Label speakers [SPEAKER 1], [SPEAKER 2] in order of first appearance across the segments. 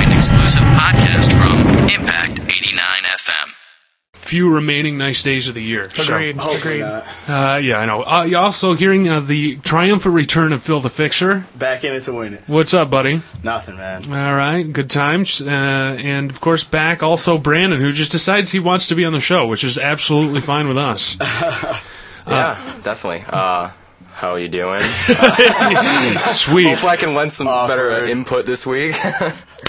[SPEAKER 1] exclusive podcast from Impact 89 FM.
[SPEAKER 2] Few remaining nice days of the year. so-
[SPEAKER 3] Agreed.
[SPEAKER 4] Hopefully
[SPEAKER 3] agreed.
[SPEAKER 4] not.
[SPEAKER 2] Uh, yeah, I know. Uh, you also hearing uh, the triumphant return of Phil the Fixer.
[SPEAKER 4] Back in it to win it.
[SPEAKER 2] What's up, buddy?
[SPEAKER 4] Nothing, man.
[SPEAKER 2] All right, good times. Uh, and of course, back also Brandon, who just decides he wants to be on the show, which is absolutely fine with us.
[SPEAKER 5] Yeah, definitely. Uh, how are you doing?
[SPEAKER 2] Sweet.
[SPEAKER 5] Hopefully, I can lend some better
[SPEAKER 4] Awkward.
[SPEAKER 5] input this week.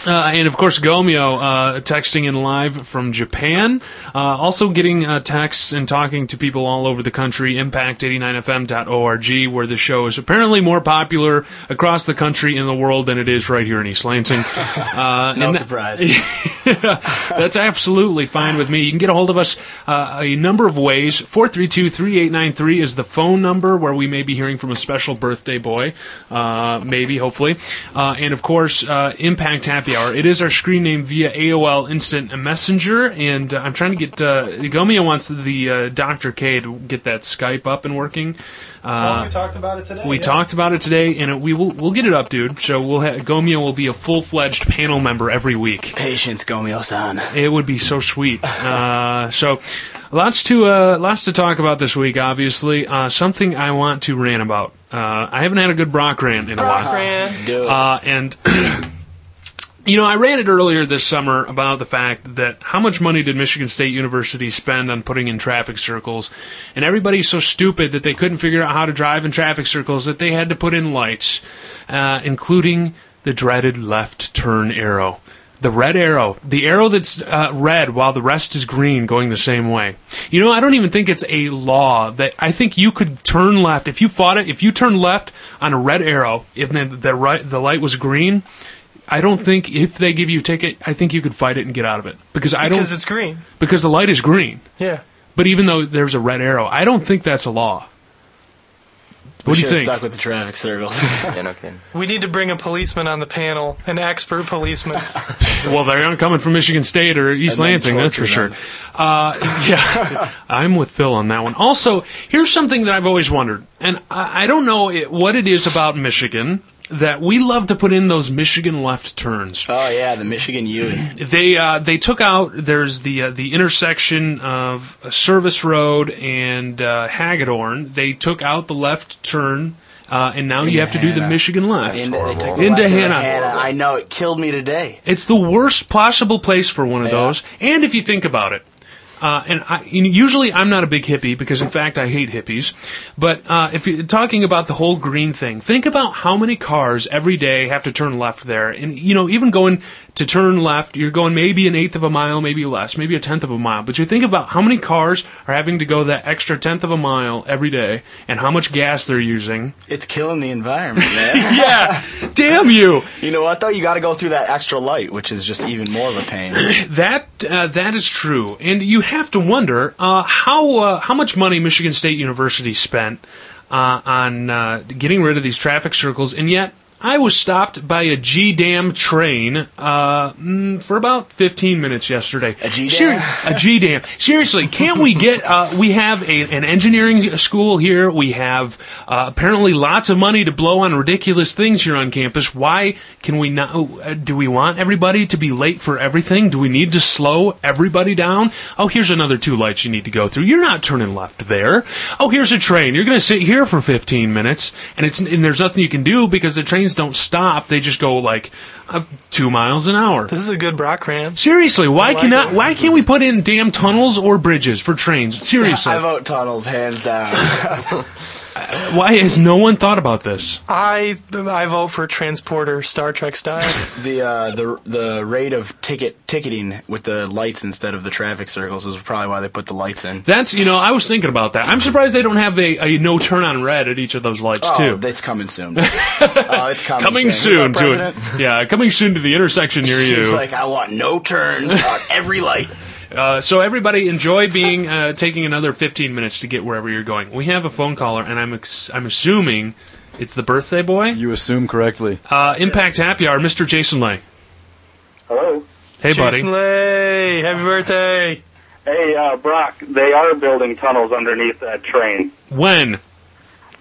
[SPEAKER 2] Uh, and of course, Gomeo uh, texting in live from Japan. Uh, also getting uh, texts and talking to people all over the country. Impact89fm.org, where the show is apparently more popular across the country and the world than it is right here in East Lansing. Uh,
[SPEAKER 4] No
[SPEAKER 2] and tha-
[SPEAKER 4] surprise.
[SPEAKER 2] that's absolutely fine with me. You can get a hold of us uh, a number of ways. 432 3893 is the phone number where we may be hearing from a special birthday boy. Uh, maybe, hopefully. Uh, and of course, uh, Impact Happy Hour. It is our screen name via AOL Instant Messenger. And uh, I'm trying to get. Uh, Gomia wants the uh, Dr. K to get that Skype up and working. Uh,
[SPEAKER 3] we talked about it today.
[SPEAKER 2] we talked about it today, and it, we will we'll get it up, dude. So we'll ha- Gomia will be a full fledged panel member every week.
[SPEAKER 4] Patience, Gomio-san.
[SPEAKER 2] It would be so sweet. Uh, so, lots to uh, lots to talk about this week. Obviously, uh, something I want to rant about. Uh, I haven't had a good Brock rant in a while,
[SPEAKER 4] Do it.
[SPEAKER 2] uh, and you know I ranted earlier this summer about the fact that how much money did Michigan State University spend on putting in traffic circles, and everybody's so stupid that they couldn't figure out how to drive in traffic circles that they had to put in lights, uh, including the dreaded left turn arrow. The red arrow, the arrow that's uh, red while the rest is green, going the same way. You know, I don't even think it's a law that I think you could turn left if you fought it. If you turned left on a red arrow, if the, the right the light was green, I don't think if they give you a ticket, I think you could fight it and get out of it because I
[SPEAKER 3] because
[SPEAKER 2] don't
[SPEAKER 3] it's green.
[SPEAKER 2] because the light is green.
[SPEAKER 3] Yeah.
[SPEAKER 2] But even though there's a red arrow, I don't think that's a law. What do you
[SPEAKER 4] Should've
[SPEAKER 2] think?
[SPEAKER 4] stuck with the traffic circles.
[SPEAKER 5] yeah, no kidding.
[SPEAKER 3] We need to bring a policeman on the panel, an expert policeman.
[SPEAKER 2] Well, they aren't coming from Michigan State or East
[SPEAKER 4] And then
[SPEAKER 2] Lansing, that's for
[SPEAKER 4] torture
[SPEAKER 2] sure.
[SPEAKER 4] them.
[SPEAKER 2] Uh, yeah, I'm with Phil on that one. Also, here's something that I've always wondered, and I, I don't know it, what it is about Michigan that we love to put in those Michigan left turns.
[SPEAKER 4] oh yeah, the Michigan U.
[SPEAKER 2] They uh, they took out there's the uh, the intersection of Service Road and uh, Hagedorn. They took out the left turn, uh, and now you have to do the
[SPEAKER 4] Hannah.
[SPEAKER 2] Michigan left.
[SPEAKER 4] Into, they took
[SPEAKER 2] Into
[SPEAKER 4] the left
[SPEAKER 2] Hannah.
[SPEAKER 4] turn. I know it killed me today.
[SPEAKER 2] It's the worst possible place for one of
[SPEAKER 4] Yeah.
[SPEAKER 2] those. And if you think about it, uh, and I, you know, usually I'm not a big hippie because, in fact, I hate hippies. But uh, if you're talking about the whole green thing, think about how many cars every day have to turn left there. And you know, even going to turn left, you're going maybe an eighth of a mile, maybe less, maybe a tenth of a mile. But you think about how many cars are having to go that extra tenth of a mile every day, and how much gas they're using.
[SPEAKER 4] It's killing the environment, man.
[SPEAKER 2] Yeah, damn you.
[SPEAKER 4] you know what though? You got to go through that extra light, which is just even more of a pain.
[SPEAKER 2] That uh, that is true, and you have to wonder uh, how uh, how much money Michigan State University spent uh, on uh, getting rid of these traffic circles, and yet I was stopped by a G dam train uh, mm, for about fifteen minutes yesterday. A
[SPEAKER 4] G-dam?
[SPEAKER 2] a G dam. Seriously, can't we get? Uh, we have a, an engineering school here. We have uh, apparently lots of money to blow on ridiculous things here on campus. Why can we not? uh, Do we want everybody to be late for everything? Do we need to slow everybody down? Oh, here's another two lights you need to go through. You're not turning left there. Oh, here's a train. You're going to sit here for 15 minutes, and it's and there's nothing you can do because the trains don't stop. They just go like uh, two miles an hour.
[SPEAKER 3] This is a good Brock Ram.
[SPEAKER 2] Seriously, why
[SPEAKER 3] like
[SPEAKER 2] cannot?
[SPEAKER 3] it.
[SPEAKER 2] Why can't we put in damn tunnels or bridges for trains? Seriously,
[SPEAKER 4] I vote tunnels hands down.
[SPEAKER 2] why has no one thought about this?
[SPEAKER 3] I I vote for transporter Star Trek style.
[SPEAKER 4] the uh, the the rate of ticket ticketing with the lights instead of the traffic circles is probably why they put the lights in.
[SPEAKER 2] That's you know, I was thinking about that. I'm surprised they don't have a, a no turn on red at each of those lights
[SPEAKER 4] Oh,
[SPEAKER 2] too.
[SPEAKER 4] that's coming soon. oh, it's coming,
[SPEAKER 2] coming
[SPEAKER 4] soon
[SPEAKER 2] soon
[SPEAKER 4] Who's our
[SPEAKER 2] to
[SPEAKER 4] president?
[SPEAKER 2] it. Yeah, coming soon to the intersection near you.
[SPEAKER 4] She's like, I want no turns on every light.
[SPEAKER 2] Uh, so everybody enjoy being uh, taking another 15 minutes to get wherever you're going. We have a phone caller, and I'm ex- I'm assuming it's the birthday boy.
[SPEAKER 6] You assume correctly.
[SPEAKER 2] Uh, Impact Happy Hour, Mr. Jason Lay.
[SPEAKER 7] Hello.
[SPEAKER 2] Hey,
[SPEAKER 3] Jason
[SPEAKER 2] buddy.
[SPEAKER 3] Lay, happy birthday.
[SPEAKER 7] Hey, uh, Brock, they are building tunnels underneath that train.
[SPEAKER 2] When?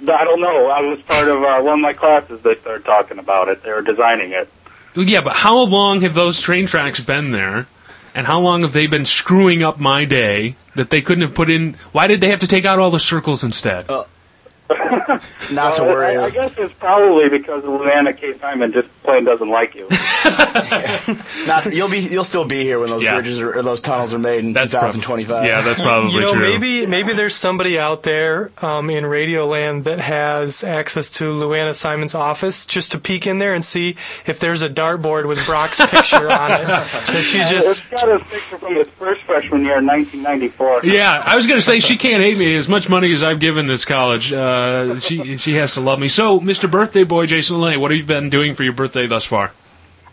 [SPEAKER 7] I don't know. I was part of uh, one of my classes that they're talking about it. They were designing it.
[SPEAKER 2] Well, Yeah, but how long have those train tracks been there? And how long have they been screwing up my day that they couldn't have put in? Why did they have to take out all the circles instead?
[SPEAKER 3] Uh,
[SPEAKER 4] Not to
[SPEAKER 7] Well,
[SPEAKER 4] worry.
[SPEAKER 7] I, I guess it's probably because Luana K. Simon just plain doesn't like you.
[SPEAKER 4] Not, you'll be. You'll still be here when those
[SPEAKER 2] Yeah.
[SPEAKER 4] bridges are, or those tunnels are made in
[SPEAKER 2] That's prob-
[SPEAKER 4] 2025.
[SPEAKER 2] yeah, that's probably
[SPEAKER 3] you know,
[SPEAKER 2] true.
[SPEAKER 3] maybe maybe there's somebody out there um, in Radio Land that has access to Luana Simon's office just to peek in there and see if there's a dartboard with Brock's picture on it that she
[SPEAKER 7] it's
[SPEAKER 3] just
[SPEAKER 7] got his picture from his first freshman year in 1994.
[SPEAKER 2] Yeah, I was going to say she can't hate me as much money as I've given this college. Uh, she she has to love me. So, Mr. Birthday Boy Jason Lane, what have you been doing for your birthday thus far?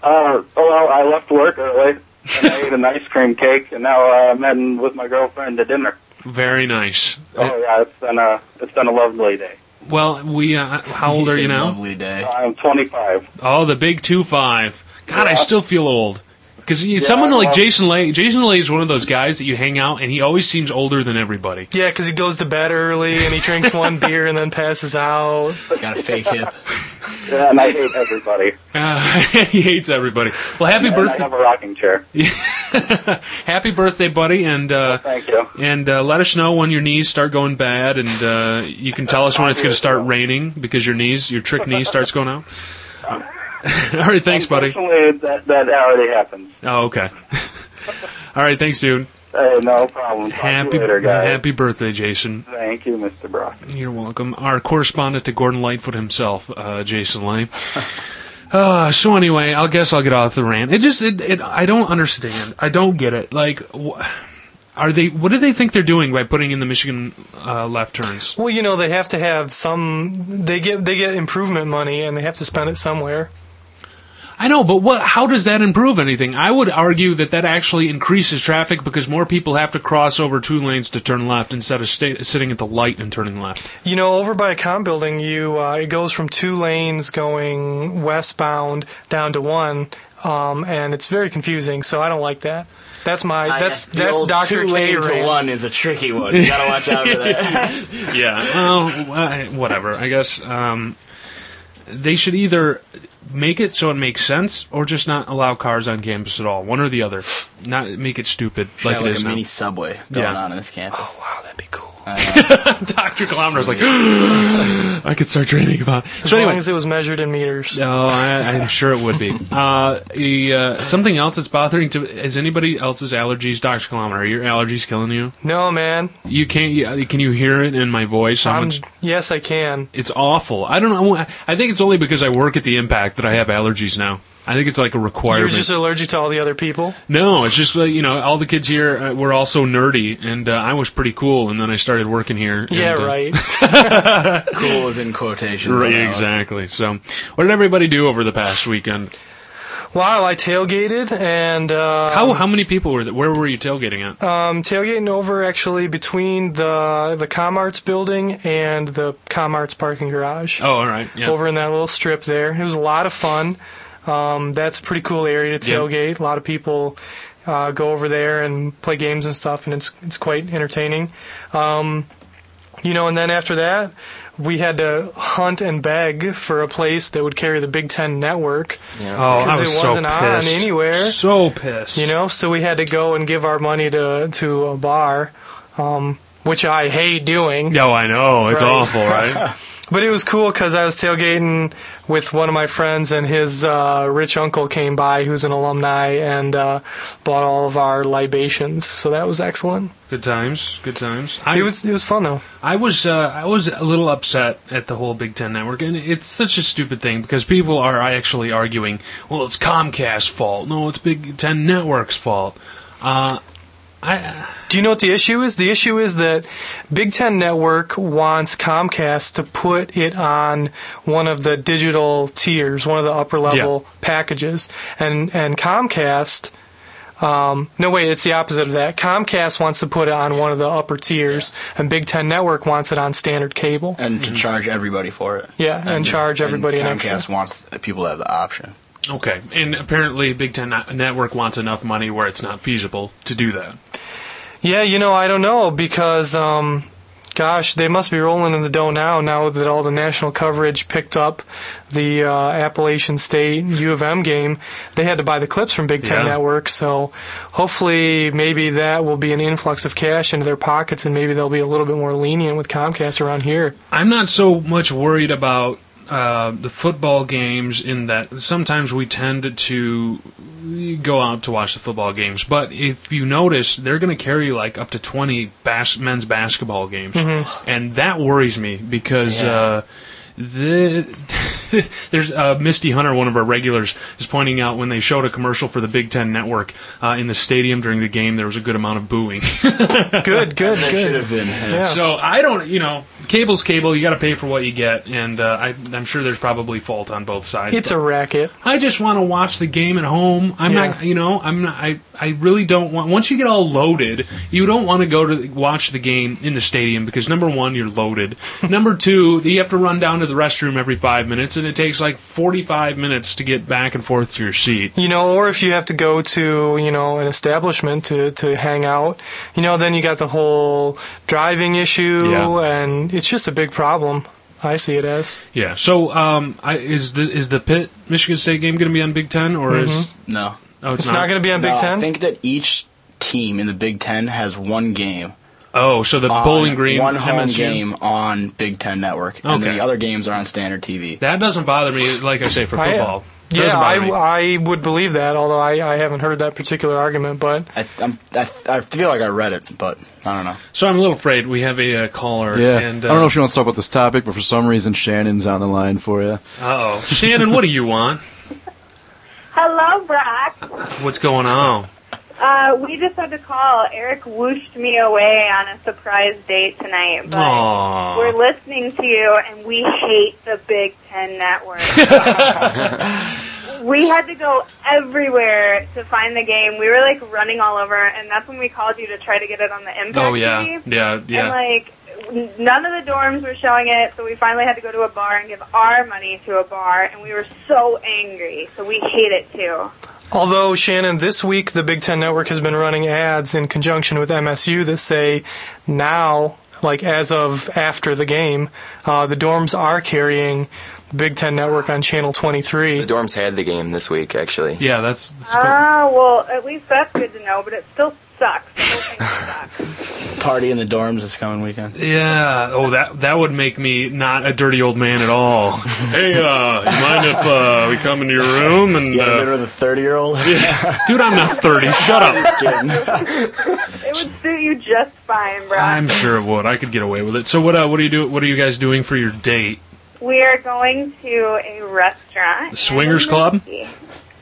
[SPEAKER 7] Uh, oh, well, I left work early. And I ate an ice cream cake, and now uh, I'm heading with my girlfriend to dinner.
[SPEAKER 2] Very nice.
[SPEAKER 7] Oh yeah, it's been a it's been a lovely day.
[SPEAKER 2] Well, we uh, how old
[SPEAKER 4] It's
[SPEAKER 2] are
[SPEAKER 4] a
[SPEAKER 2] you now?
[SPEAKER 4] Lovely day.
[SPEAKER 7] I'm 25.
[SPEAKER 2] Oh, the big two five. God, I
[SPEAKER 7] Yeah.
[SPEAKER 2] still feel old. Because someone like
[SPEAKER 7] well-
[SPEAKER 2] Jason Lay, Jason Lay is one of those guys that you hang out, and he always seems older than everybody.
[SPEAKER 3] yeah, because he goes to bed early and he drinks one beer and then passes out.
[SPEAKER 4] Got a fake hip.
[SPEAKER 7] Yeah, and I hate everybody.
[SPEAKER 2] Uh, he hates everybody. Well, happy
[SPEAKER 7] And I
[SPEAKER 2] birthday,
[SPEAKER 7] have a rocking chair.
[SPEAKER 2] happy birthday, buddy, and uh,
[SPEAKER 7] Thank you.
[SPEAKER 2] and uh, let us know when your knees start going bad, and uh, you can tell us when it's going to start raining because your knees, your trick knee, starts going out. All right, thanks, buddy.
[SPEAKER 7] Unfortunately, that that already happened.
[SPEAKER 2] Oh, okay. All right, thanks, dude.
[SPEAKER 7] Hey, no problem. Talk to
[SPEAKER 2] Happy
[SPEAKER 7] you later, guys.
[SPEAKER 2] happy birthday, Jason.
[SPEAKER 7] Thank you, Mr. Brock.
[SPEAKER 2] You're welcome. Our correspondent to Gordon Lightfoot himself, uh, Jason Lane. Uh, so anyway, I'll guess I'll get off the rant. It just, it, it, I don't understand. I don't get it. Like, wh- are they? What do they think they're doing by putting in the Michigan uh, left turns?
[SPEAKER 3] Well, you know they have to have some. They get they get improvement money and they have to spend it somewhere.
[SPEAKER 2] I know, but what? How does that improve anything? I would argue that that actually increases traffic because more people have to cross over two lanes to turn left instead of sta sitting at the light and turning left.
[SPEAKER 3] You know, over by a com building, you uh, it goes from two lanes going westbound down to one, um, and it's very confusing. So I don't like that. That's my that's
[SPEAKER 4] Ah, The
[SPEAKER 3] that's
[SPEAKER 4] old
[SPEAKER 3] Doctor
[SPEAKER 4] two
[SPEAKER 3] K
[SPEAKER 4] lane to
[SPEAKER 3] rant.
[SPEAKER 4] one is a tricky one. You gotta watch out for that.
[SPEAKER 2] yeah. Well, I- whatever. I guess um, they should either make it so it makes sense, or just not allow cars on campus at all. One or the other. Not make it stupid like
[SPEAKER 4] Got
[SPEAKER 2] it
[SPEAKER 4] like
[SPEAKER 2] is
[SPEAKER 4] a
[SPEAKER 2] now.
[SPEAKER 4] mini subway going
[SPEAKER 2] Yeah.
[SPEAKER 4] on in this campus.
[SPEAKER 3] Wow, that'd be cool.
[SPEAKER 2] Doctor Kilometer's like, I could start dreaming about. It.
[SPEAKER 3] as
[SPEAKER 2] So
[SPEAKER 3] long
[SPEAKER 2] anyway.
[SPEAKER 3] as it was measured in meters.
[SPEAKER 2] Oh, I, I'm sure it would be. Uh, the, uh, something else that's bothering to is anybody else's allergies. Doctor Kilometer, are your allergies killing you?
[SPEAKER 3] No, man.
[SPEAKER 2] You can't. You, can you hear it in my voice? How
[SPEAKER 3] I'm,
[SPEAKER 2] much?
[SPEAKER 3] yes, I can.
[SPEAKER 2] It's awful. I don't know. I think it's only because I work at the Impact that I have allergies now. I think it's like a
[SPEAKER 3] You're
[SPEAKER 2] requirement.
[SPEAKER 3] just allergic to all the other people.
[SPEAKER 2] no, it's just like, you know, all the kids here uh, were all so nerdy, and uh, I was pretty cool, and then I started working here. and,
[SPEAKER 3] Yeah,
[SPEAKER 2] uh,
[SPEAKER 3] right.
[SPEAKER 4] Cool is in quotations.
[SPEAKER 2] Right,
[SPEAKER 4] Wow.
[SPEAKER 2] exactly. So, what did everybody do over the past weekend?
[SPEAKER 3] wow, I tailgated and uh,
[SPEAKER 2] How how many people were there? Where were you tailgating at?
[SPEAKER 3] um, tailgating over actually between the the Comarts building and the Comarts parking garage.
[SPEAKER 2] oh, all right. Yeah.
[SPEAKER 3] over in that little strip there. It was a lot of fun. Um, that's a pretty cool area to
[SPEAKER 2] Yeah.
[SPEAKER 3] tailgate. A lot of people uh, go over there and play games and stuff, and it's it's quite entertaining. Um, you know, and then after that, we had to hunt and beg for a place that would carry the Big Ten network.
[SPEAKER 2] oh, I was
[SPEAKER 3] because it wasn't
[SPEAKER 2] so
[SPEAKER 3] on
[SPEAKER 2] pissed.
[SPEAKER 3] anywhere.
[SPEAKER 2] So pissed.
[SPEAKER 3] You know, so we had to go and give our money to to a bar, um, which I hate doing.
[SPEAKER 2] Yo, I know. It's
[SPEAKER 3] Right.
[SPEAKER 2] awful, right?
[SPEAKER 3] But it was cool because I was tailgating with one of my friends, and his uh, rich uncle came by, who's an alumni, and uh, bought all of our libations. So that was excellent.
[SPEAKER 2] good times. Good times.
[SPEAKER 3] It
[SPEAKER 2] I
[SPEAKER 3] was it was fun though.
[SPEAKER 2] I was uh, I was a little upset at the whole Big Ten network, and it's such a stupid thing because people are actually arguing, well, it's Comcast's fault. No, it's Big Ten network's fault. Uh, I
[SPEAKER 3] Do you know what the issue is? The issue is that Big Ten Network wants Comcast to put it on one of the digital tiers, one of the upper level packages, and and Comcast. Um, no, wait, it's the opposite of that. Comcast wants to put it on one of the upper tiers, and Big Ten Network wants it on standard cable.
[SPEAKER 4] And to charge everybody for it.
[SPEAKER 3] Yeah, and charge everybody an
[SPEAKER 4] And Comcast
[SPEAKER 3] extra.
[SPEAKER 4] wants people to have the option.
[SPEAKER 2] okay, and apparently Big Ten Net- network wants enough money where it's not feasible to do that.
[SPEAKER 3] Yeah, you know, I don't know because um, Gosh, they must be rolling in the dough now. Now that all the national coverage picked up the uh, Appalachian State U of M game, they had to buy the clips from Big Ten
[SPEAKER 2] Yeah.
[SPEAKER 3] Network. So hopefully, maybe that will be an influx of cash into their pockets, and maybe they'll be a little bit more lenient with Comcast around here.
[SPEAKER 2] I'm not so much worried about uh, the football games in that sometimes we tend to go out to watch the football games. But if you notice, they're going to carry like up to 20 bas- men's basketball games. And that worries me because. Uh, the, there's uh, Misty Hunter, one of our regulars, is pointing out when they showed a commercial for the Big Ten Network uh, in the stadium during the game, there was a good amount of booing.
[SPEAKER 3] Good,
[SPEAKER 4] That should
[SPEAKER 3] good, good.
[SPEAKER 4] have been.
[SPEAKER 3] Yeah.
[SPEAKER 2] So I don't, you know, cable's cable. You got to pay for what you get, and uh, I, I'm sure there's probably fault on both sides.
[SPEAKER 3] It's a
[SPEAKER 2] but
[SPEAKER 3] racket.
[SPEAKER 2] I just want to watch the game at home. I'm
[SPEAKER 3] Yeah.
[SPEAKER 2] not, you know, I'm not. I, I really don't want. Once you get all loaded, you don't want to go to the- watch the game in the stadium because number one, you're loaded. number two, you have to run down to the restroom every five minutes, and it takes like 45 minutes to get back and forth to your seat.
[SPEAKER 3] You know, or if you have to go to, you know, an establishment to, to hang out, you know, then you got the whole driving issue,
[SPEAKER 2] Yeah.
[SPEAKER 3] and it's just a big problem. I see it as.
[SPEAKER 2] Yeah. So, um, I, is the is the Pitt Michigan State game going to be on Big Ten or is oh,
[SPEAKER 4] No.
[SPEAKER 2] it's,
[SPEAKER 3] Mm-hmm. It's not, going to be on Big
[SPEAKER 4] No,
[SPEAKER 3] Ten?
[SPEAKER 4] I think that each team in the Big Ten has one game.
[SPEAKER 2] Oh, so the
[SPEAKER 4] on-
[SPEAKER 2] Bowling Green
[SPEAKER 4] One home
[SPEAKER 2] MSU.
[SPEAKER 4] game on Big Ten Network. And then
[SPEAKER 2] Okay.
[SPEAKER 4] the other games are on standard TV.
[SPEAKER 2] That doesn't bother me, like I say, for
[SPEAKER 3] I-
[SPEAKER 2] football. Doesn't
[SPEAKER 3] yeah,
[SPEAKER 2] bother me.
[SPEAKER 3] I, I would believe that, although I, I haven't heard that particular argument, but
[SPEAKER 4] I, I'm, I, I feel like I read it, but I don't know.
[SPEAKER 2] so I'm a little afraid we have a uh, caller.
[SPEAKER 6] Yeah.
[SPEAKER 2] And, uh,
[SPEAKER 6] I don't know if she wants to talk about this topic, but for some reason Shannon's on the line for you.
[SPEAKER 2] Uh oh. Shannon, what do you want?
[SPEAKER 8] Hello, Brock.
[SPEAKER 2] What's going on?
[SPEAKER 8] Uh, we just had to call. Eric whooshed me away on a surprise date tonight, but
[SPEAKER 2] Aw.
[SPEAKER 8] we're listening to you, and we hate the Big Ten Network. we had to go everywhere to find the game. We were like running all over, and that's when we called you to try to get it on the Impact
[SPEAKER 2] Oh, yeah.
[SPEAKER 8] TV.
[SPEAKER 2] Yeah, yeah.
[SPEAKER 8] And like n- none of the dorms were showing it, so we finally had to go to a bar and give our money to a bar, and we were so angry. So we hate it too.
[SPEAKER 3] Although, Shannon, this week the Big Ten Network has been running ads in conjunction with MSU that say now, like as of after the game, uh, the dorms are carrying the Big Ten Network on Channel 23.
[SPEAKER 5] The dorms had the game this week, actually.
[SPEAKER 2] yeah, that's. that's
[SPEAKER 8] Oh, well, at least that's good to know, but it still sucks. The whole thing sucks.
[SPEAKER 4] Party in the dorms this coming weekend.
[SPEAKER 2] yeah. Oh, that that would make me not a dirty old man at all. hey, uh, you mind if uh, we come into your room and
[SPEAKER 4] Yeah,
[SPEAKER 2] uh,
[SPEAKER 4] rid of the 30 year old.
[SPEAKER 2] dude? I'm not thirty. Shut up.
[SPEAKER 8] It would suit you just fine, bro.
[SPEAKER 2] I'm sure it would. I could get away with it. So what? Uh, what do you do? What are you guys doing for your date?
[SPEAKER 8] we are going to a restaurant.
[SPEAKER 2] Swingers
[SPEAKER 8] in
[SPEAKER 2] Club?
[SPEAKER 8] Milwaukee.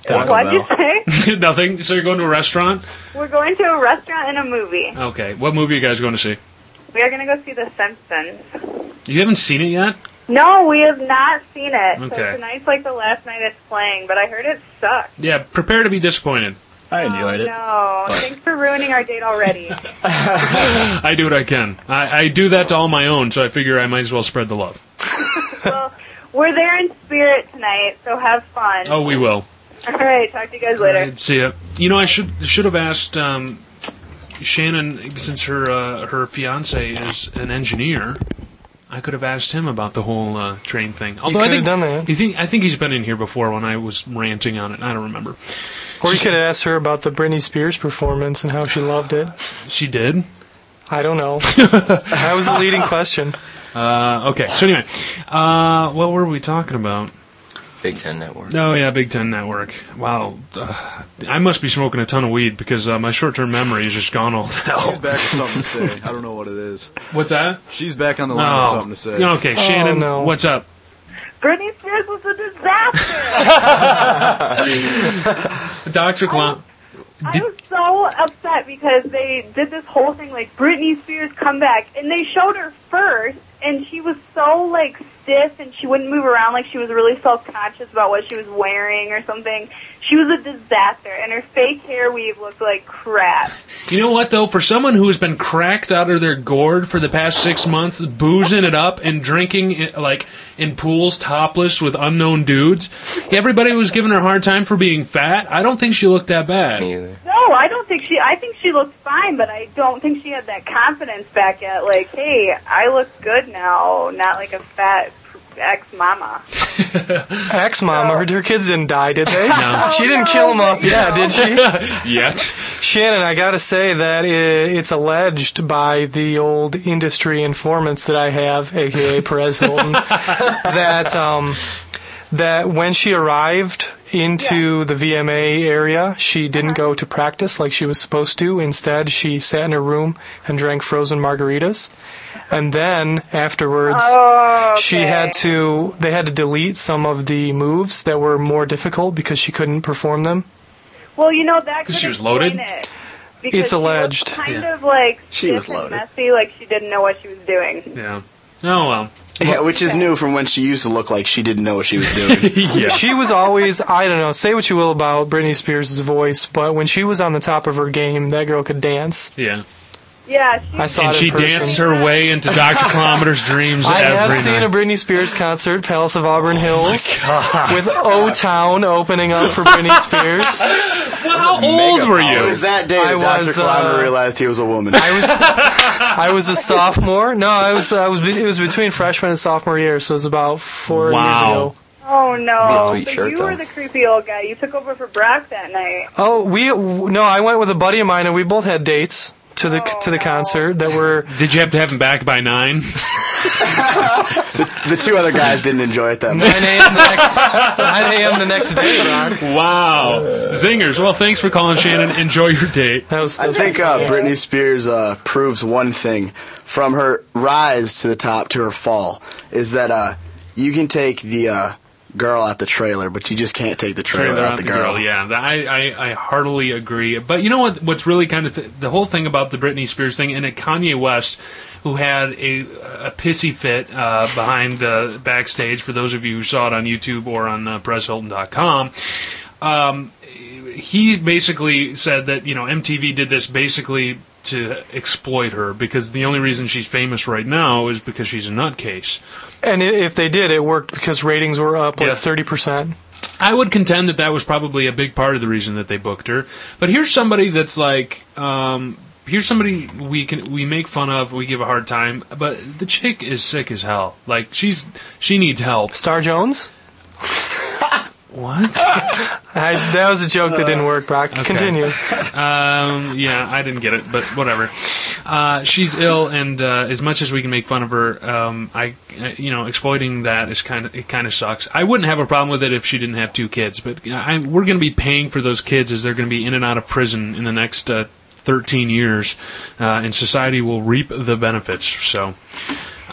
[SPEAKER 4] Taco
[SPEAKER 8] What'd you
[SPEAKER 4] Bell.
[SPEAKER 8] say?
[SPEAKER 2] Nothing. So you're going to a restaurant?
[SPEAKER 8] We're going to a restaurant and a movie.
[SPEAKER 2] Okay. What movie are you guys going to see?
[SPEAKER 8] We are going to go see The Simpsons.
[SPEAKER 2] You haven't seen it yet.
[SPEAKER 8] No, we have not seen it.
[SPEAKER 2] Okay.
[SPEAKER 8] So tonight's like the last night it's playing, but I heard it sucks.
[SPEAKER 2] Yeah. Prepare to be disappointed.
[SPEAKER 4] I enjoyed it.
[SPEAKER 8] No, thanks for ruining our date already.
[SPEAKER 2] I do what I can. I, I do that to all my own, so I figure I might as well spread the love.
[SPEAKER 8] well, we're there in spirit tonight, so have fun.
[SPEAKER 2] Oh, we will.
[SPEAKER 8] All right, talk to you guys later.
[SPEAKER 2] See ya. You know, I should should have asked um, Shannon since her uh, her fiance is an engineer. I could have asked him about the whole uh, train thing. Although I
[SPEAKER 3] could
[SPEAKER 2] think
[SPEAKER 3] have done that.
[SPEAKER 2] you think I think he's been in here before when I was ranting on it. I don't remember.
[SPEAKER 3] Or you could ask her about the Britney Spears performance and how she loved it.
[SPEAKER 2] She did.
[SPEAKER 3] I don't know. that was the leading question.
[SPEAKER 2] Uh, okay. So anyway, uh, what were we talking about?
[SPEAKER 5] Big Ten Network.
[SPEAKER 2] Oh yeah, Big Ten Network. Wow, Ugh. I must be smoking a ton of weed because uh, my short-term memory is just gone all to
[SPEAKER 6] She's
[SPEAKER 2] hell.
[SPEAKER 6] back with something to say. I don't know what it is.
[SPEAKER 2] What's that?
[SPEAKER 6] She's back on the line with
[SPEAKER 2] Oh,
[SPEAKER 6] something to say.
[SPEAKER 2] okay, Shannon.
[SPEAKER 3] no.
[SPEAKER 2] What's up?
[SPEAKER 8] Britney Spears was a disaster.
[SPEAKER 2] Doctor Klum.
[SPEAKER 8] I was so upset because they did this whole thing like Britney Spears comeback, and they showed her first, and she was so like stiff, and she wouldn't move around, like she was really self conscious about what she was wearing or something. She was a disaster, and her fake hair weave looked like crap.
[SPEAKER 2] You know what though? For someone who has been cracked out of their gourd for the past six months, boozing it up and drinking it, like in pools, topless with unknown dudes, everybody was giving her a hard time for being fat. I don't think she looked that bad.
[SPEAKER 5] Me either.
[SPEAKER 8] No, No, I don't think she. I think she looked fine, but I don't think she had that confidence back yet. Like, hey, I look good now, not like a fat ex mama.
[SPEAKER 3] Ex mama, her, her kids didn't die, did they?
[SPEAKER 2] No.
[SPEAKER 3] She didn't kill them off. Yeah, did she?
[SPEAKER 2] Yet.
[SPEAKER 3] Shannon, I gotta say that i it's alleged by the old industry informants that I have, aka Perez Hilton, that um, that when she arrived into the VMA area, she didn't go to practice like she was supposed to. Instead, she sat in her room and drank frozen margaritas. And then afterwards, she had to they had to delete some of the moves that were more difficult because she couldn't perform them.
[SPEAKER 8] Well, you know that could
[SPEAKER 2] Because she was
[SPEAKER 8] explain
[SPEAKER 2] loaded?
[SPEAKER 8] It, because
[SPEAKER 3] It's
[SPEAKER 8] she looked
[SPEAKER 3] alleged.
[SPEAKER 8] Kind of like
[SPEAKER 4] She was
[SPEAKER 8] stiff and
[SPEAKER 4] loaded.
[SPEAKER 8] messy, like she didn't know what she was doing.
[SPEAKER 2] Yeah. Oh well.
[SPEAKER 4] Yeah, which is new from when she used to look like she didn't know what she was doing.
[SPEAKER 2] Yeah.
[SPEAKER 3] She was always I don't know, say what you will about Britney Spears' voice, but when she was on the top of her game, that girl could dance.
[SPEAKER 2] Yeah.
[SPEAKER 8] Yeah, she,
[SPEAKER 3] I saw
[SPEAKER 2] And
[SPEAKER 3] it in
[SPEAKER 2] she
[SPEAKER 3] person.
[SPEAKER 2] danced her way into Dr. Kilometer's dreams
[SPEAKER 3] I have
[SPEAKER 2] every
[SPEAKER 3] seen
[SPEAKER 2] night.
[SPEAKER 3] a Britney Spears concert, Palace of Auburn Hills, with O Town opening up for Britney Spears.
[SPEAKER 2] How old were
[SPEAKER 4] It
[SPEAKER 2] you?
[SPEAKER 4] was that day
[SPEAKER 3] I
[SPEAKER 4] that Dr.
[SPEAKER 3] was,
[SPEAKER 4] Clown
[SPEAKER 3] uh,
[SPEAKER 4] realized he was a woman.
[SPEAKER 3] I was I was a sophomore. No, I was I was it was between freshman and sophomore year, so it was about four years
[SPEAKER 2] Wow.
[SPEAKER 3] ago.
[SPEAKER 8] oh no!
[SPEAKER 5] Be a sweet
[SPEAKER 8] so
[SPEAKER 5] shirt,
[SPEAKER 8] you
[SPEAKER 5] though.
[SPEAKER 8] were the creepy old guy. You took over for Brock that night.
[SPEAKER 3] Oh, we no, I went with a buddy of mine, and we both had dates to the to the concert that were
[SPEAKER 2] Did you have to have him back by nine?
[SPEAKER 4] the two other guys didn't enjoy it that much.
[SPEAKER 3] 9 a.m. the next 9 a.m. the next day. Ron.
[SPEAKER 2] Wow. Zingers. Well, thanks for calling, Shannon. Enjoy your date.
[SPEAKER 3] That was, that
[SPEAKER 4] I
[SPEAKER 3] was
[SPEAKER 4] think uh, Britney Spears uh, proves one thing from her rise to the top to her fall is that uh, you can take the uh, girl out the trailer, but you just can't take the trailer,
[SPEAKER 2] Trailer
[SPEAKER 4] out,
[SPEAKER 2] out
[SPEAKER 4] the, girl.
[SPEAKER 2] Yeah, that- I, I, I heartily agree. But you know what? What's really kind of th- the whole thing about the Britney Spears thing, and a Kanye West who had a a pissy fit uh, behind uh, backstage. For those of you who saw it on YouTube or on uh, PressHilton.com. Um, he basically said that you know MTV did this basically to exploit her because the only reason she's famous right now is because she's a nutcase.
[SPEAKER 3] And i- if they did, it worked because ratings were up
[SPEAKER 2] Yeah.
[SPEAKER 3] like thirty percent.
[SPEAKER 2] I would contend that that was probably a big part of the reason that they booked her. But here's somebody that's like, um, here's somebody we can we make fun of, we give a hard time, but the chick is sick as hell. Like she's she needs help.
[SPEAKER 3] Star Jones.
[SPEAKER 2] What?
[SPEAKER 3] I, that was a joke that didn't work. Brock, continue.
[SPEAKER 2] Um, yeah, I didn't get it, but whatever. Uh, she's ill, and uh, as much as we can make fun of her, um, I, uh, you know, exploiting that is kind of it kind of sucks. I wouldn't have a problem with it if she didn't have two kids, but I, we're going to be paying for those kids as they're going to be in and out of prison in the next uh, 13 years, uh, and society will reap the benefits. So,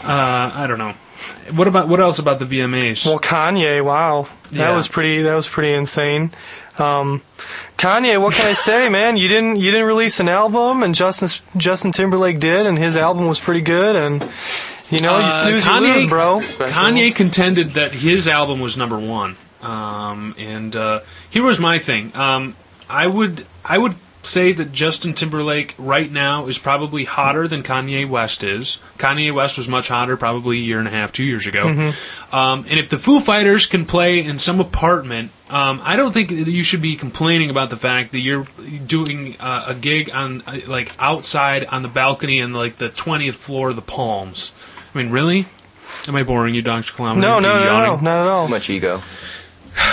[SPEAKER 2] uh, I don't know. What about what else about the VMAs?
[SPEAKER 3] Well, Kanye, wow, that
[SPEAKER 2] Yeah.
[SPEAKER 3] was pretty. That was pretty insane. Um, Kanye, what can I say, man? You didn't you didn't release an album, and Justin Justin Timberlake did, and his album was pretty good. And you know,
[SPEAKER 2] Uh,
[SPEAKER 3] you snooze,
[SPEAKER 2] Kanye-
[SPEAKER 3] you lose, bro.
[SPEAKER 5] Special.
[SPEAKER 2] Kanye contended that his album was number one. Um, and uh, here was my thing. Um, I would I would say that Justin Timberlake right now is probably hotter than Kanye West is. Kanye West was much hotter probably a year and a half, two years ago. Um, and if the Foo Fighters can play in some apartment, um, I don't think that you should be complaining about the fact that you're doing uh, a gig on uh, like outside on the balcony on like the twentieth floor of the Palms. I mean, really? Am I boring you, Dr. Kilometer?
[SPEAKER 3] No,
[SPEAKER 2] Are you
[SPEAKER 3] no, no, no,
[SPEAKER 2] yawning?
[SPEAKER 3] not at all.
[SPEAKER 5] Much ego.
[SPEAKER 2] wow.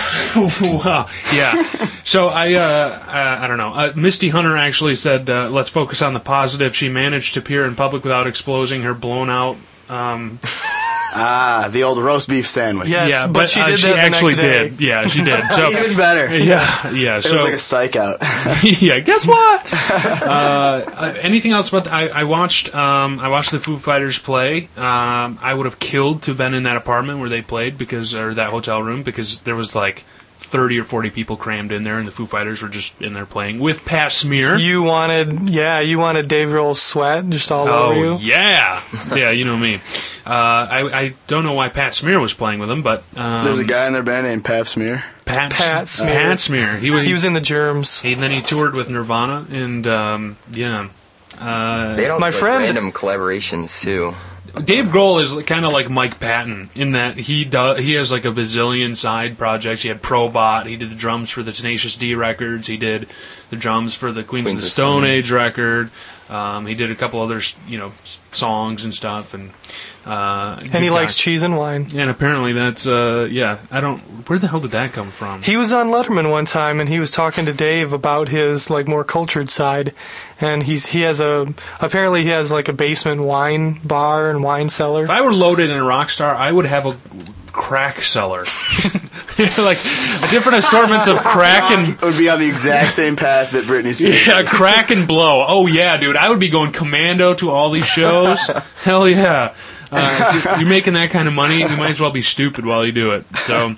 [SPEAKER 2] ah, Yeah. So I, uh, uh, I don't know. Uh, Misty Hunter actually said, uh, "Let's focus on the positive." She managed to appear in public without exposing her blown out. Um,
[SPEAKER 4] Ah, the old roast beef sandwich.
[SPEAKER 3] Yes,
[SPEAKER 2] yeah,
[SPEAKER 3] but,
[SPEAKER 2] but,
[SPEAKER 3] she
[SPEAKER 2] uh,
[SPEAKER 3] did
[SPEAKER 2] she
[SPEAKER 3] that the
[SPEAKER 2] actually
[SPEAKER 3] next day.
[SPEAKER 2] did. Yeah, she did. So
[SPEAKER 4] Even better. It
[SPEAKER 2] yeah, yeah. so
[SPEAKER 4] was like a psych out.
[SPEAKER 2] yeah, guess what? uh, uh, anything else about? The, I, I watched. Um, I watched the Foo Fighters play. Um, I would have killed to have been in that apartment where they played because, or that hotel room, because there was like thirty or forty people crammed in there, and the Foo Fighters were just in there playing with Pat Smear.
[SPEAKER 3] You wanted, yeah, you wanted Dave Grohl's sweat just all over
[SPEAKER 2] oh
[SPEAKER 3] you.
[SPEAKER 2] yeah, yeah. You know me. Uh, I, I don't know why Pat Smear was playing with them, but um,
[SPEAKER 4] There's a guy in their band named Pap Smear.
[SPEAKER 2] Pat,
[SPEAKER 3] Pat Smear.
[SPEAKER 2] Pat Smear. He was.
[SPEAKER 3] He was in the germs.
[SPEAKER 2] and then he toured with Nirvana, and um, yeah.
[SPEAKER 5] They don't
[SPEAKER 3] My
[SPEAKER 5] do, like,
[SPEAKER 3] friend-
[SPEAKER 5] random collaborations too.
[SPEAKER 2] Dave Grohl is kind of like Mike Patton in that he does he has like a bazillion side projects. He had Probot. He did the drums for the Tenacious D records. He did the drums for the Queens, of the Stone Age record. Um, he did a couple other you know s- songs and stuff and. Uh,
[SPEAKER 3] And he likes cheese and wine.
[SPEAKER 2] And apparently that's uh yeah I don't where the hell did that come from?
[SPEAKER 3] He was on Letterman one time, and he was talking to Dave about his like more cultured side, and he's he has a apparently he has like a basement wine bar and wine cellar.
[SPEAKER 2] If I were loaded in a rock star, I would have a crack cellar, like different assortments of crack and
[SPEAKER 4] It would be on the exact same path that Britney Spears.
[SPEAKER 2] yeah, crack and blow. Oh yeah, dude, I would be going commando to all these shows. Hell yeah, uh, if you're making that kind of money. You might as well be stupid while you do it. So.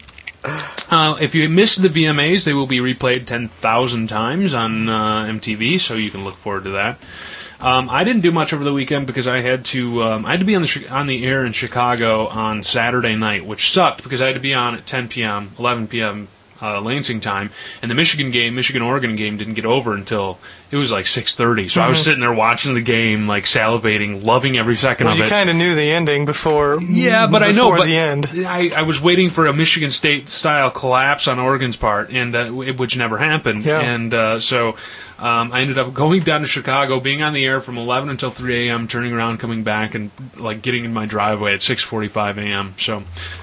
[SPEAKER 2] Uh, if you missed the VMAs, they will be replayed 10,000 times on uh, MTV, so you can look forward to that. Um, I didn't do much over the weekend because I had to um, I had to be on the Chi- on the air in Chicago on Saturday night, which sucked because I had to be on at 10 p.m., 11 p.m. Uh, Lansing time, and the Michigan game, Michigan Oregon game, didn't get over until it was like 6:30. So I
[SPEAKER 3] Mm-hmm.
[SPEAKER 2] was sitting there watching the game, like salivating, loving every second
[SPEAKER 3] Well,
[SPEAKER 2] of
[SPEAKER 3] you
[SPEAKER 2] it.
[SPEAKER 3] kind of knew the ending before.
[SPEAKER 2] Yeah, but I know.
[SPEAKER 3] before
[SPEAKER 2] But
[SPEAKER 3] the end.
[SPEAKER 2] I, I was waiting for a Michigan State style collapse on Oregon's part, and uh, w- which never happened.
[SPEAKER 3] Yeah.
[SPEAKER 2] And uh, so um, I ended up going down to Chicago, being on the air from 11 until 3 a.m., turning around, coming back, and like getting in my driveway at 6:45 a.m. So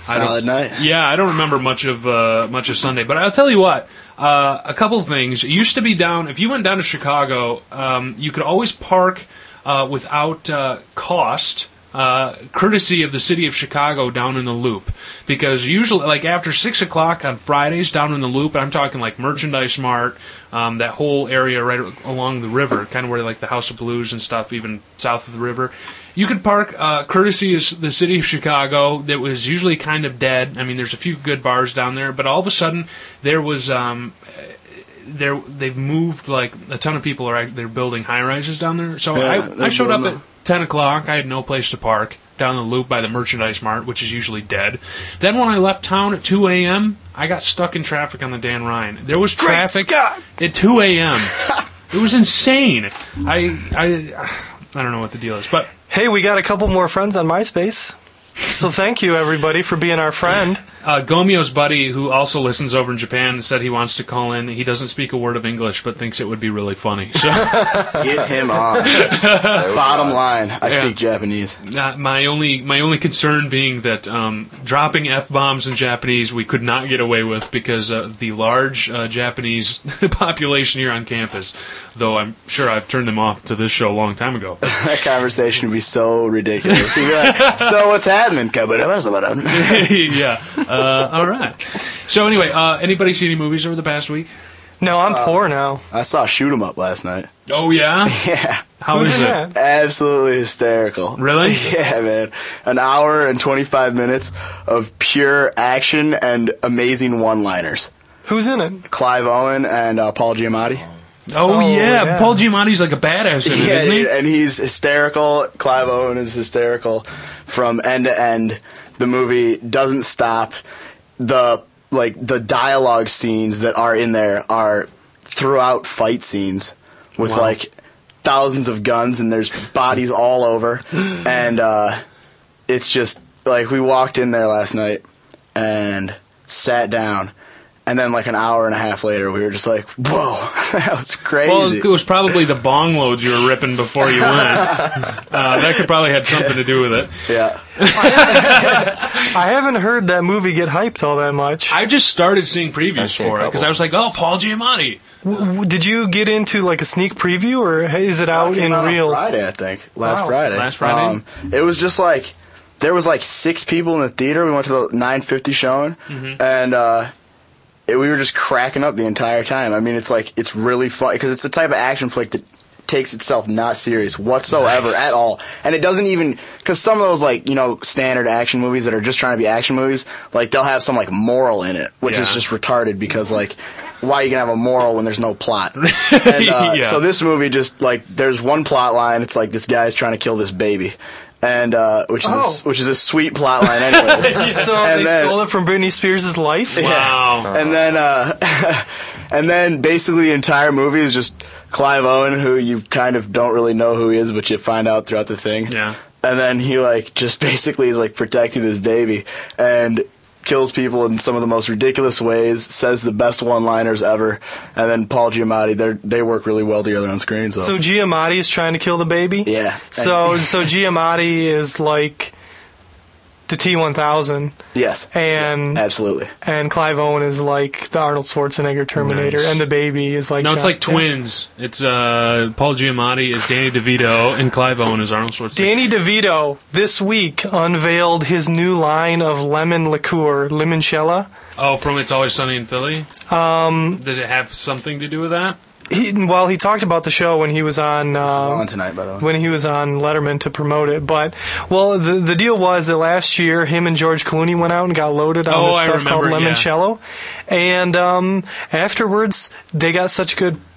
[SPEAKER 2] I don't-
[SPEAKER 4] Solid night.
[SPEAKER 2] yeah, I don't remember much of uh, much of Sunday, but I'll tell you what. Uh, a couple of things. It used to be down. If you went down to Chicago, um, you could always park uh, without uh, cost, uh, courtesy of the city of Chicago down in the Loop, because usually, like after six o'clock on Fridays, down in the Loop, and I'm talking like Merchandise Mart, um, that whole area right along the river, kind of where like the House of Blues and stuff, even south of the river. You could park uh, courtesy is the city of Chicago that was usually kind of dead. I mean, there's a few good bars down there, but all of a sudden there was um, there they've moved like a ton of people are act- they're building high rises down there. So
[SPEAKER 4] Yeah,
[SPEAKER 2] I I
[SPEAKER 4] they're
[SPEAKER 2] showed up
[SPEAKER 4] building
[SPEAKER 2] at ten o'clock. I had no place to park down the loop by the merchandise mart, which is usually dead. Then when I left town at two a.m., I got stuck in traffic on the Dan Ryan. There was traffic at two a.m. it was insane. I I I don't know what the deal is, but.
[SPEAKER 3] Hey, we got a couple more friends on MySpace, so thank you everybody for being our friend.
[SPEAKER 2] Uh, Gomio's buddy, who also listens over in Japan, said he wants to call in. He doesn't speak a word of English, but thinks it would be really funny. So,
[SPEAKER 4] Get him on. Bottom line, I
[SPEAKER 2] Yeah.
[SPEAKER 4] speak Japanese.
[SPEAKER 2] uh, my only my only concern being that um, dropping f bombs in Japanese we could not get away with because uh, the large uh, Japanese population here on campus. Though I'm sure I've turned them off to this show a long time ago.
[SPEAKER 4] That conversation would be so ridiculous. He'd be like, so what's happening?
[SPEAKER 2] yeah. Uh, all right. So anyway, uh, anybody see any movies over the past week?
[SPEAKER 3] No, I'm poor now.
[SPEAKER 4] I saw Shoot 'em Up last night.
[SPEAKER 2] Oh yeah.
[SPEAKER 4] Yeah.
[SPEAKER 2] How
[SPEAKER 3] Who's
[SPEAKER 2] is
[SPEAKER 3] in
[SPEAKER 2] it?
[SPEAKER 3] that?
[SPEAKER 4] Absolutely hysterical.
[SPEAKER 2] Really?
[SPEAKER 4] Yeah, man. An hour and 25 minutes of pure action and amazing one liners.
[SPEAKER 3] Who's in it?
[SPEAKER 4] Clive Owen and uh, Paul Giamatti.
[SPEAKER 2] Oh,
[SPEAKER 3] Oh,
[SPEAKER 2] yeah.
[SPEAKER 3] yeah.
[SPEAKER 2] Paul Giamatti's like a badass in it,
[SPEAKER 4] Yeah,
[SPEAKER 2] isn't he?
[SPEAKER 4] dude, and he's hysterical. Clive Owen is hysterical from end to end. The movie doesn't stop. The like the dialogue scenes that are in there are throughout fight scenes with like thousands of guns and there's bodies all over and uh it's just like we walked in there last night and sat down and then like an hour and a half later we were just like whoa that was crazy
[SPEAKER 2] Well, it was probably the bong loads you were ripping before you went. uh, that could probably had something to do with it.
[SPEAKER 4] yeah
[SPEAKER 3] I haven't heard that movie get hyped all that much.
[SPEAKER 2] I just started seeing previews
[SPEAKER 5] I've seen a
[SPEAKER 2] for it because
[SPEAKER 5] couple.
[SPEAKER 2] I was like, "Oh, Paul Giamatti."
[SPEAKER 3] W- w- Did you get into like a sneak preview, or is it out
[SPEAKER 4] Came
[SPEAKER 3] in
[SPEAKER 4] out on
[SPEAKER 3] real?
[SPEAKER 4] Friday, I think. Last
[SPEAKER 3] Wow.
[SPEAKER 4] Friday. Um,
[SPEAKER 2] Last Friday?
[SPEAKER 4] it was just like there was like six people in the theater. We went to the 9:50 showing,
[SPEAKER 2] Mm-hmm.
[SPEAKER 4] and uh, it, we were just cracking up the entire time. I mean, it's like it's really fun because it's the type of action flick that takes itself not serious whatsoever at all, and it doesn't even because some of those like you know standard action movies that are just trying to be action movies, like they'll have some like moral in it, which
[SPEAKER 2] Yeah.
[SPEAKER 4] is just retarded because like. Why are you gonna have a moral when there's no plot? And, uh,
[SPEAKER 2] Yeah.
[SPEAKER 4] So this movie just like there's one plot line. It's like this guy's trying to kill this baby, and uh, which is
[SPEAKER 3] Oh.
[SPEAKER 4] which is a sweet plot line, anyways.
[SPEAKER 3] So
[SPEAKER 4] And
[SPEAKER 3] they
[SPEAKER 4] then-
[SPEAKER 3] stole it from Britney Spears' life.
[SPEAKER 2] Wow.
[SPEAKER 4] and then uh, and then basically the entire movie is just Clive Owen, who you kind of don't really know who he is, but you find out throughout the thing.
[SPEAKER 2] Yeah.
[SPEAKER 4] and then he like just basically is like protecting his baby and kills people in some of the most ridiculous ways, says the best one-liners ever, and then Paul Giamatti they they work really well together on screen. So,
[SPEAKER 3] So Giamatti is trying to kill the baby.
[SPEAKER 4] yeah,
[SPEAKER 3] So so Giamatti is like the T one thousand,
[SPEAKER 4] yes,
[SPEAKER 3] and
[SPEAKER 4] absolutely.
[SPEAKER 3] and Clive Owen is like the Arnold Schwarzenegger Terminator,
[SPEAKER 2] Nice.
[SPEAKER 3] and the baby is like
[SPEAKER 2] No, it's
[SPEAKER 3] John-
[SPEAKER 2] like twins. It's uh, Paul Giamatti is Danny DeVito, and Clive Owen is Arnold Schwarzenegger.
[SPEAKER 3] Danny DeVito this week unveiled his new line of lemon liqueur, limoncella.
[SPEAKER 2] oh, from It's Always Sunny in Philly. Um, did it have something to do with that?
[SPEAKER 3] He, well, he talked about the show when he was on uh,
[SPEAKER 4] on tonight, by the way.
[SPEAKER 3] when he was on Letterman to promote it. But well, the the deal was that last year him and George Clooney went out and got loaded on
[SPEAKER 2] Oh,
[SPEAKER 3] this
[SPEAKER 2] I
[SPEAKER 3] stuff called
[SPEAKER 2] remember, yeah.
[SPEAKER 3] limoncello, and um, afterwards they got such good. pr-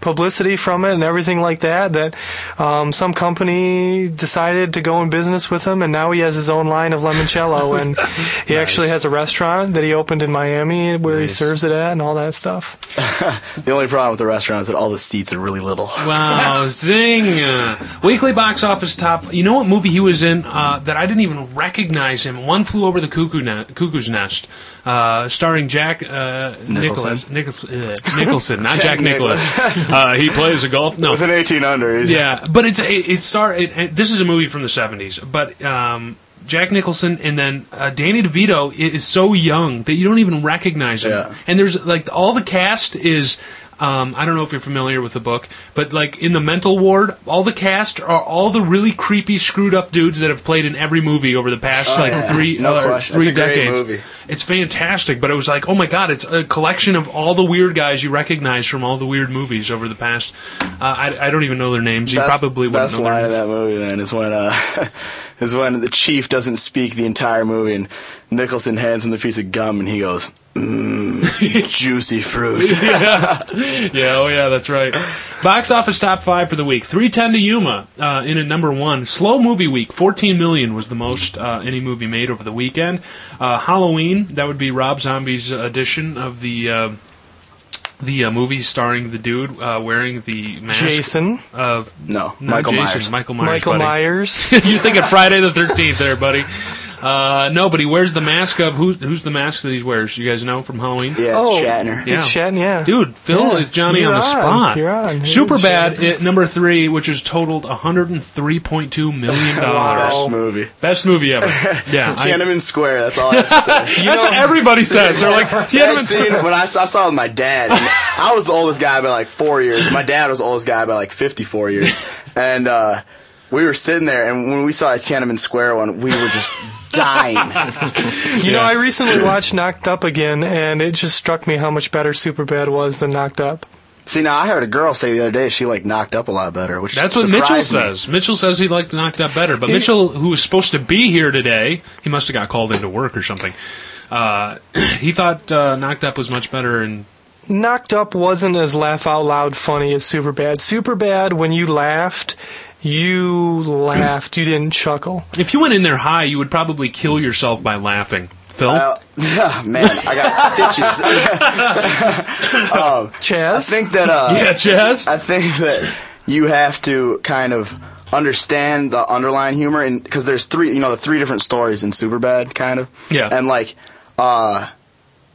[SPEAKER 3] Publicity from it and everything like that. That um, some company decided to go in business with him, and now he has his own line of limoncello, and he actually has a restaurant that he opened in Miami where he
[SPEAKER 2] Nice.
[SPEAKER 3] serves it at, and all that stuff.
[SPEAKER 4] The only problem with the restaurant is that all the seats are really little.
[SPEAKER 2] Wow, zing! Weekly box office top. You know what movie he was in uh, that I didn't even recognize him? One flew over the cuckoo ne- cuckoo's nest, uh, starring Jack uh,
[SPEAKER 4] Nicholson.
[SPEAKER 2] Nicholas Nicholson, uh, Nicholson, not Jack, Nicholas. uh, he plays a golf. No,
[SPEAKER 4] With an 18 under, he's-
[SPEAKER 2] yeah, but it's it, it star. It, it- this is a movie from the seventies, but um, Jack Nicholson and then uh, Danny DeVito i- is so young that you don't even recognize him.
[SPEAKER 4] Yeah.
[SPEAKER 2] And there's like all the cast is. Um, I don't know if you're familiar with the book, but like in the Mental Ward, all the cast are all the really creepy, screwed up dudes that have played in every movie over the past like
[SPEAKER 4] Oh, yeah.
[SPEAKER 2] three
[SPEAKER 4] No
[SPEAKER 2] or
[SPEAKER 4] question.
[SPEAKER 2] three
[SPEAKER 4] That's a great
[SPEAKER 2] decades.
[SPEAKER 4] movie.
[SPEAKER 2] It's fantastic, but it was like, oh my god, it's a collection of all the weird guys you recognize from all the weird movies over the past. Uh, I, I don't even know their names. You
[SPEAKER 4] Best-
[SPEAKER 2] probably wouldn't
[SPEAKER 4] best
[SPEAKER 2] know their
[SPEAKER 4] line of
[SPEAKER 2] names.
[SPEAKER 4] that movie man is when uh is when the chief doesn't speak the entire movie and Nicholson hands him the piece of gum and he goes mm, juicy fruit
[SPEAKER 2] Yeah, oh yeah, that's right. Box office top five for the week: three ten to Yuma uh, in at number one. Slow movie week: fourteen million was the most uh, any movie made over the weekend. Uh, Halloween that would be Rob Zombie's edition of the. Uh, the uh, movie starring the dude uh, wearing the mask
[SPEAKER 3] Jason,
[SPEAKER 2] of
[SPEAKER 4] no,
[SPEAKER 2] no,
[SPEAKER 4] Michael
[SPEAKER 2] Jason,
[SPEAKER 4] Myers
[SPEAKER 2] Michael Myers.
[SPEAKER 3] Michael
[SPEAKER 2] buddy.
[SPEAKER 3] Myers.
[SPEAKER 2] You're thinking Friday the Thirteenth, there, buddy. Uh, no, but he wears the mask of who's who's the mask that he wears? You guys know from Halloween.
[SPEAKER 4] yeah it's
[SPEAKER 3] Oh.
[SPEAKER 4] Shatner
[SPEAKER 2] Yeah.
[SPEAKER 3] It's Shatner, yeah.
[SPEAKER 2] Dude, Phil
[SPEAKER 3] Yeah,
[SPEAKER 2] is Johnny
[SPEAKER 3] you're
[SPEAKER 2] on the
[SPEAKER 3] on,
[SPEAKER 2] spot.
[SPEAKER 3] you're on. It is
[SPEAKER 2] Super bad
[SPEAKER 3] Shatner.
[SPEAKER 2] at number three, which has totaled 103.2 million dollars.
[SPEAKER 4] best movie
[SPEAKER 2] Best movie ever. Yeah, I-
[SPEAKER 4] Tiananmen Square that's all I have to say
[SPEAKER 2] that's what everybody says. They're like
[SPEAKER 4] That
[SPEAKER 2] Tiananmen
[SPEAKER 4] scene,
[SPEAKER 2] Square.
[SPEAKER 4] when I saw, I saw it with my dad, and I was the oldest guy by like four years. My dad was the oldest guy by like fifty-four years, and uh, we were sitting there. And when we saw a Tiananmen Square one, we were just dying.
[SPEAKER 3] You know,
[SPEAKER 2] Yeah.
[SPEAKER 3] I recently watched Knocked Up again, and it just struck me how much better Superbad was than Knocked Up.
[SPEAKER 4] See, now I heard a girl say the other day she like knocked up a lot better, which
[SPEAKER 2] That's what
[SPEAKER 4] surprised
[SPEAKER 2] Mitchell
[SPEAKER 4] me.
[SPEAKER 2] says. Mitchell says he'd like to knock it up better, but Mitchell, who was supposed to be here today, he must have got called into work or something. Uh, he thought uh, knocked up was much better, and
[SPEAKER 3] Knocked Up wasn't as laugh out loud funny as Superbad. Superbad, when you laughed, you laughed. you didn't chuckle.
[SPEAKER 2] if you went in there high, you would probably kill yourself by laughing. Phil,
[SPEAKER 4] Uh, man, I got stitches. I
[SPEAKER 3] Chaz,
[SPEAKER 4] think that uh,
[SPEAKER 2] yeah, Jazz.
[SPEAKER 4] I think that you have to kind of understand the underlying humor, and because there's three, you know, the three different stories in Superbad, kind of.
[SPEAKER 2] Yeah.
[SPEAKER 4] And like, uh,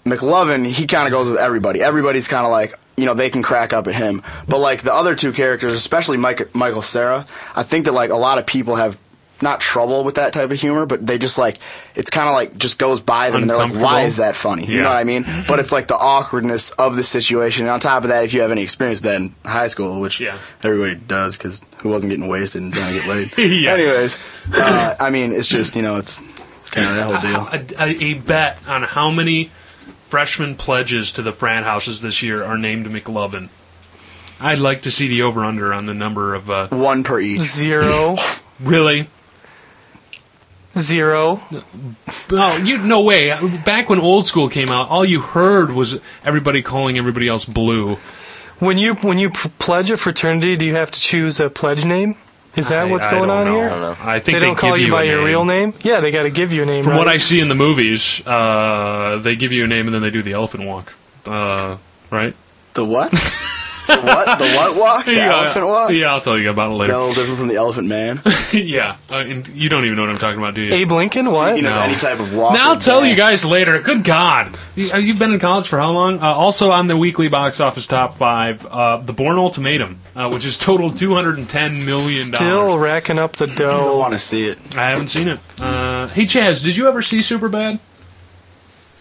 [SPEAKER 4] McLovin, he kind of goes with everybody. Everybody's kind of like, you know, they can crack up at him. But like the other two characters, especially Mike, Michael Sarah, I think that like a lot of people have not trouble with that type of humor, but they just like it's kind of like just goes by them, and they're like, why
[SPEAKER 2] Uncomfortable.
[SPEAKER 4] is that funny? You
[SPEAKER 2] Yeah.
[SPEAKER 4] know what I mean? But it's like the awkwardness of the situation. And on top of that, if you have any experience with that in high school, which
[SPEAKER 2] Yeah.
[SPEAKER 4] everybody does, because who wasn't getting wasted and trying to get laid?
[SPEAKER 2] Yeah.
[SPEAKER 4] Anyways, uh, I mean, it's just you know, it's kind of that whole deal.
[SPEAKER 2] a, a- a bet on how many freshman pledges to the frat houses this year are named McLovin. I'd like to see the over under on the number of. Uh,
[SPEAKER 4] One per each.
[SPEAKER 3] zero,
[SPEAKER 2] really?
[SPEAKER 3] zero.
[SPEAKER 2] No, you no way. Back when old school came out, all you heard was everybody calling everybody else blue.
[SPEAKER 3] When you when you p- pledge a fraternity, do you have to choose a pledge name? Is that
[SPEAKER 2] I-
[SPEAKER 3] what's
[SPEAKER 2] I
[SPEAKER 3] going
[SPEAKER 2] don't
[SPEAKER 3] on
[SPEAKER 2] know.
[SPEAKER 3] here?
[SPEAKER 5] I don't know.
[SPEAKER 2] I think
[SPEAKER 3] They
[SPEAKER 2] they,
[SPEAKER 3] don't call
[SPEAKER 2] give
[SPEAKER 3] you, by
[SPEAKER 2] a
[SPEAKER 3] your
[SPEAKER 2] name.
[SPEAKER 3] real name. Yeah, they got to give you a name.
[SPEAKER 2] From
[SPEAKER 3] right?
[SPEAKER 2] what I see in the movies, uh, they give you a name and then they do the elephant walk. Uh, right?
[SPEAKER 4] The what? The what? The what walk? The
[SPEAKER 2] yeah,
[SPEAKER 4] elephant walk?
[SPEAKER 2] Yeah, I'll tell you about it
[SPEAKER 4] Is that a
[SPEAKER 2] later.
[SPEAKER 4] little different from the elephant man?
[SPEAKER 2] yeah, uh, and you don't even know what I'm talking about, do you?
[SPEAKER 3] Abe Lincoln, what?
[SPEAKER 4] You know,
[SPEAKER 2] No.
[SPEAKER 4] any type of walk.
[SPEAKER 2] Now
[SPEAKER 4] or
[SPEAKER 2] I'll tell you
[SPEAKER 4] dance.
[SPEAKER 2] guys later. Good God, you, uh, you've been in college for how long? Uh, also on the weekly box office top five, uh, The Born Ultimatum, uh, which has totaled 210 million
[SPEAKER 3] Still
[SPEAKER 2] dollars.
[SPEAKER 3] racking up the
[SPEAKER 4] I
[SPEAKER 3] dough.
[SPEAKER 4] want to see it.
[SPEAKER 2] I haven't seen it. Uh, hey Chaz, did you ever see Superbad?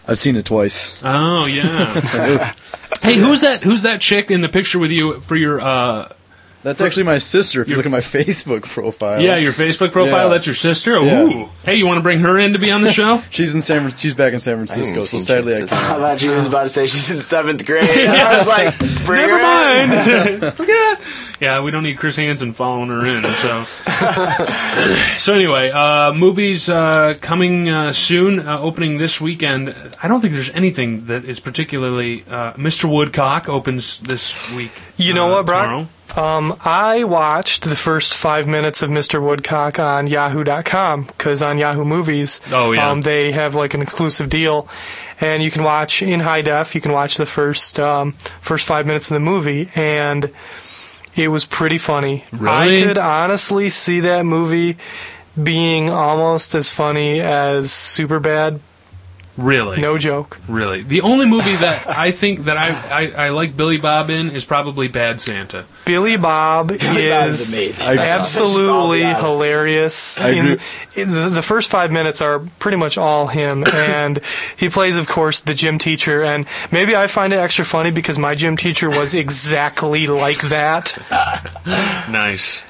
[SPEAKER 6] I've seen it twice.
[SPEAKER 2] Oh yeah. hey, who's that? Who's that chick in the picture with you for your? Uh,
[SPEAKER 6] That's actually my sister. If you
[SPEAKER 2] Your-
[SPEAKER 6] look at my Facebook profile,
[SPEAKER 2] yeah, your Facebook profile.
[SPEAKER 6] Yeah.
[SPEAKER 2] That's your sister.
[SPEAKER 6] Yeah.
[SPEAKER 2] Ooh. Hey, you want to bring her in to be on the show?
[SPEAKER 6] she's in San. Fran- She's back in San Francisco.
[SPEAKER 5] even
[SPEAKER 6] So
[SPEAKER 5] seen
[SPEAKER 6] sadly, I
[SPEAKER 5] San
[SPEAKER 6] can't.
[SPEAKER 4] I thought she was about to say she's in seventh grade. I was like, bring
[SPEAKER 2] Never
[SPEAKER 4] her in.
[SPEAKER 2] mind. Forget. Yeah, we don't need Chris Hansen following her in. So, so anyway, uh, movies uh, coming uh, soon, uh, opening this weekend. I don't think there's anything that is particularly. Uh, Mr. Woodcock opens this week.
[SPEAKER 3] You know
[SPEAKER 2] uh,
[SPEAKER 3] what, Brock?
[SPEAKER 2] Tomorrow.
[SPEAKER 3] Um, I watched the first five minutes of Mr. Woodcock on Yahoo.com because on Yahoo Movies,
[SPEAKER 2] Oh, yeah.
[SPEAKER 3] um, they have like an exclusive deal, and you can watch in high def. You can watch the first um, first five minutes of the movie, and it was pretty funny.
[SPEAKER 2] Really?
[SPEAKER 3] I could honestly see that movie being almost as funny as Superbad.
[SPEAKER 2] Really?
[SPEAKER 3] No joke.
[SPEAKER 2] Really. The only movie that I think that I, I, I like Billy Bob in is probably Bad Santa.
[SPEAKER 3] Billy Bob
[SPEAKER 4] That
[SPEAKER 3] is
[SPEAKER 4] was amazing.
[SPEAKER 6] I-
[SPEAKER 3] absolutely
[SPEAKER 4] Just all the odds.
[SPEAKER 3] hilarious.
[SPEAKER 6] I
[SPEAKER 3] in,
[SPEAKER 6] agree.
[SPEAKER 3] in the, the first five minutes are pretty much all him, and he plays, of course, the gym teacher. And maybe I find it extra funny because my gym teacher was exactly like that.
[SPEAKER 2] Nice.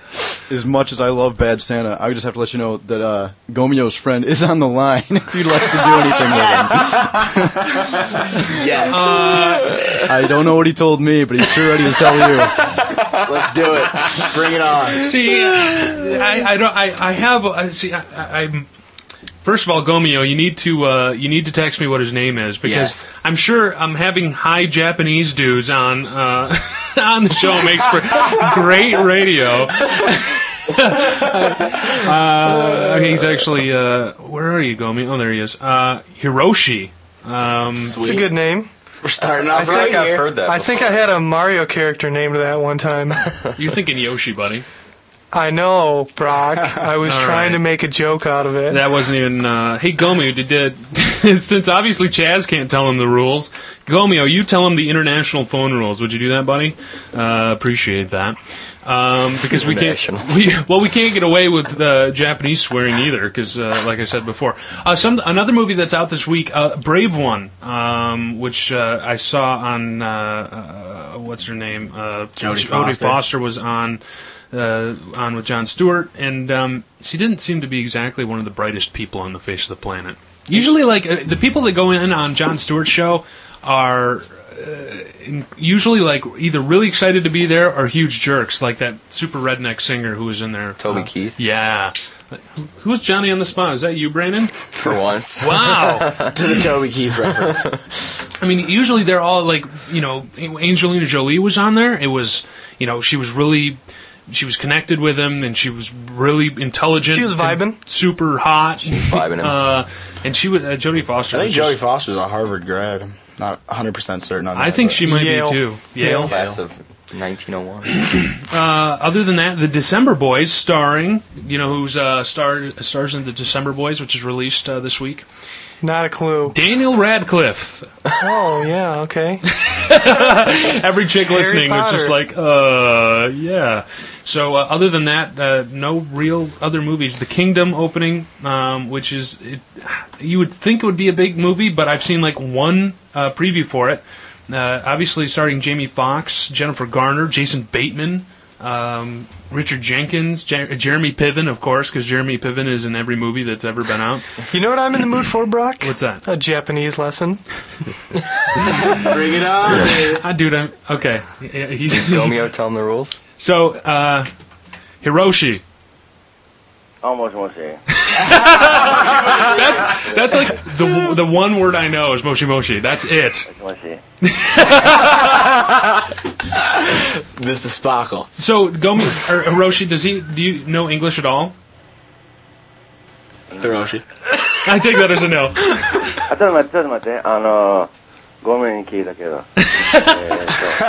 [SPEAKER 6] As much as I love Bad Santa, I would just have to let you know that uh, Gomio's friend is on the line. if you'd like to do anything with him,
[SPEAKER 4] Yes,
[SPEAKER 2] Uh,
[SPEAKER 6] I don't know what he told me, but he's sure ready to tell you.
[SPEAKER 4] let's do it. Bring it on.
[SPEAKER 2] See, I, I don't. I, I have. I see. I, I, I'm. First of all, Gomio, you need to uh, you need to text me what his name is because
[SPEAKER 5] Yes.
[SPEAKER 2] I'm sure I'm having high Japanese dudes on uh, on the show makes for great radio. uh, okay, he's actually uh, where are you, Gomio? Oh, there he is. Uh, Hiroshi. Um,
[SPEAKER 3] It's a good name.
[SPEAKER 4] We're starting off
[SPEAKER 5] I
[SPEAKER 4] right
[SPEAKER 5] think I've
[SPEAKER 4] here.
[SPEAKER 5] heard that.
[SPEAKER 3] I think I had a Mario character named that one time.
[SPEAKER 2] you're thinking Yoshi, buddy.
[SPEAKER 3] I know, Brock. I was
[SPEAKER 2] All
[SPEAKER 3] trying
[SPEAKER 2] right.
[SPEAKER 3] to make a joke out of it.
[SPEAKER 2] That wasn't even. Uh, hey, Gomio, did, did since obviously Chaz can't tell him the rules, Gomio, you tell him the international phone rules. Would you do that, buddy? Uh, appreciate that. Um, because we can't.
[SPEAKER 5] International.
[SPEAKER 2] We, well, we can't get away with uh, Japanese swearing either, because uh, like I said before, uh, some another movie that's out this week, uh, Brave One, um, which uh, I saw on uh, uh, what's her name, uh, Jodie
[SPEAKER 4] Jodie Foster.
[SPEAKER 2] Foster was on uh, on with John Stewart, and um, she didn't seem to be exactly one of the brightest people on the face of the planet. Usually, like uh, the people that go in on John Stewart's show are uh, in- usually like either really excited to be there or huge jerks, like that super redneck singer who was in there.
[SPEAKER 5] Toby
[SPEAKER 2] Uh,
[SPEAKER 5] Keith.
[SPEAKER 2] Yeah. Who- Who was Johnny on the spot? Is that you, Brandon?
[SPEAKER 5] for once.
[SPEAKER 2] Wow.
[SPEAKER 4] To the Toby Keith reference.
[SPEAKER 2] I mean, usually they're all like, you know, Angelina Jolie was on there. It was, you know, she was really, she was connected with him, and she was really intelligent.
[SPEAKER 3] She was vibing.
[SPEAKER 2] and super hot. She was
[SPEAKER 5] vibing him.
[SPEAKER 2] uh, and she was uh, Jodie Foster.
[SPEAKER 4] I think
[SPEAKER 2] was
[SPEAKER 4] Joey
[SPEAKER 2] just-
[SPEAKER 4] Foster's a Harvard grad. I'm not 100 percent certain on that.
[SPEAKER 2] I think
[SPEAKER 4] but-
[SPEAKER 2] she might
[SPEAKER 3] Yale.
[SPEAKER 2] be too.
[SPEAKER 3] Yale.
[SPEAKER 5] Class of 1901.
[SPEAKER 2] Uh, other than that, the December Boys, starring you know who's uh, star stars in the December Boys, which is released uh, this week.
[SPEAKER 3] Not a clue.
[SPEAKER 2] Daniel Radcliffe.
[SPEAKER 3] Oh yeah, okay.
[SPEAKER 2] Every chick
[SPEAKER 3] Harry
[SPEAKER 2] listening was just
[SPEAKER 3] Potter.
[SPEAKER 2] like, uh, yeah. So uh, other than that, uh, no real other movies. The Kingdom opening, um, which is it, you would think it would be a big movie, but I've seen like one uh, preview for it. Uh, obviously, starting Jamie Foxx, Jennifer Garner, Jason Bateman, um, Richard Jenkins, Jer- Jeremy Piven, of course, because Jeremy Piven is in every movie that's ever been out.
[SPEAKER 3] You know what I'm in the mood for, Brock?
[SPEAKER 2] What's that?
[SPEAKER 3] A Japanese lesson.
[SPEAKER 4] Bring it on.
[SPEAKER 2] Ah, dude, I'm okay. Yeah, He's
[SPEAKER 5] Gomeo, tell him the rules.
[SPEAKER 2] so uh, Hiroshi.
[SPEAKER 7] Almost want to say.
[SPEAKER 2] That's like the the one word I know is moshi moshi. That's it.
[SPEAKER 7] Want to see.
[SPEAKER 4] Mr. Sparkle.
[SPEAKER 2] So Gomi or Hiroshi, does he do you know English at all?
[SPEAKER 4] Hiroshi.
[SPEAKER 2] I take that as a no.
[SPEAKER 7] あ、ちょっと待って、ちょっと待って。あのー、ごめん聞いたけど。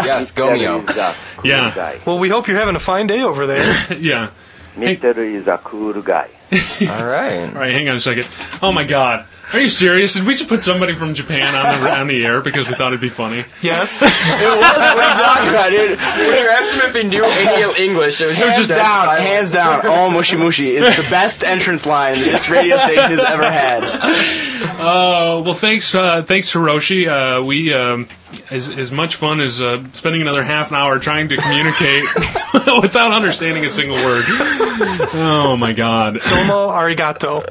[SPEAKER 5] Yes, Gomeo.
[SPEAKER 7] 見てるイザ、
[SPEAKER 2] Yeah.
[SPEAKER 3] Well, we hope you're having a fine day over there.
[SPEAKER 2] yeah.
[SPEAKER 7] 見てるイザ、クールガイ。
[SPEAKER 5] All right.
[SPEAKER 2] All right, hang on a second. Oh my god. Are you serious? Did we just put somebody from Japan on the, on the air because we thought it'd be funny?
[SPEAKER 3] yes.
[SPEAKER 4] talking about, dude?
[SPEAKER 5] When you asked him if he knew any English, it was
[SPEAKER 4] Hands
[SPEAKER 5] just
[SPEAKER 4] down, hands down. All mushy mushy is the best entrance line this radio station has ever had.
[SPEAKER 2] Uh, well, thanks, uh, thanks Hiroshi. Uh, we um, as as much fun as uh, spending another half an hour trying to communicate without understanding a single word. Oh my god,
[SPEAKER 3] Domo arigato.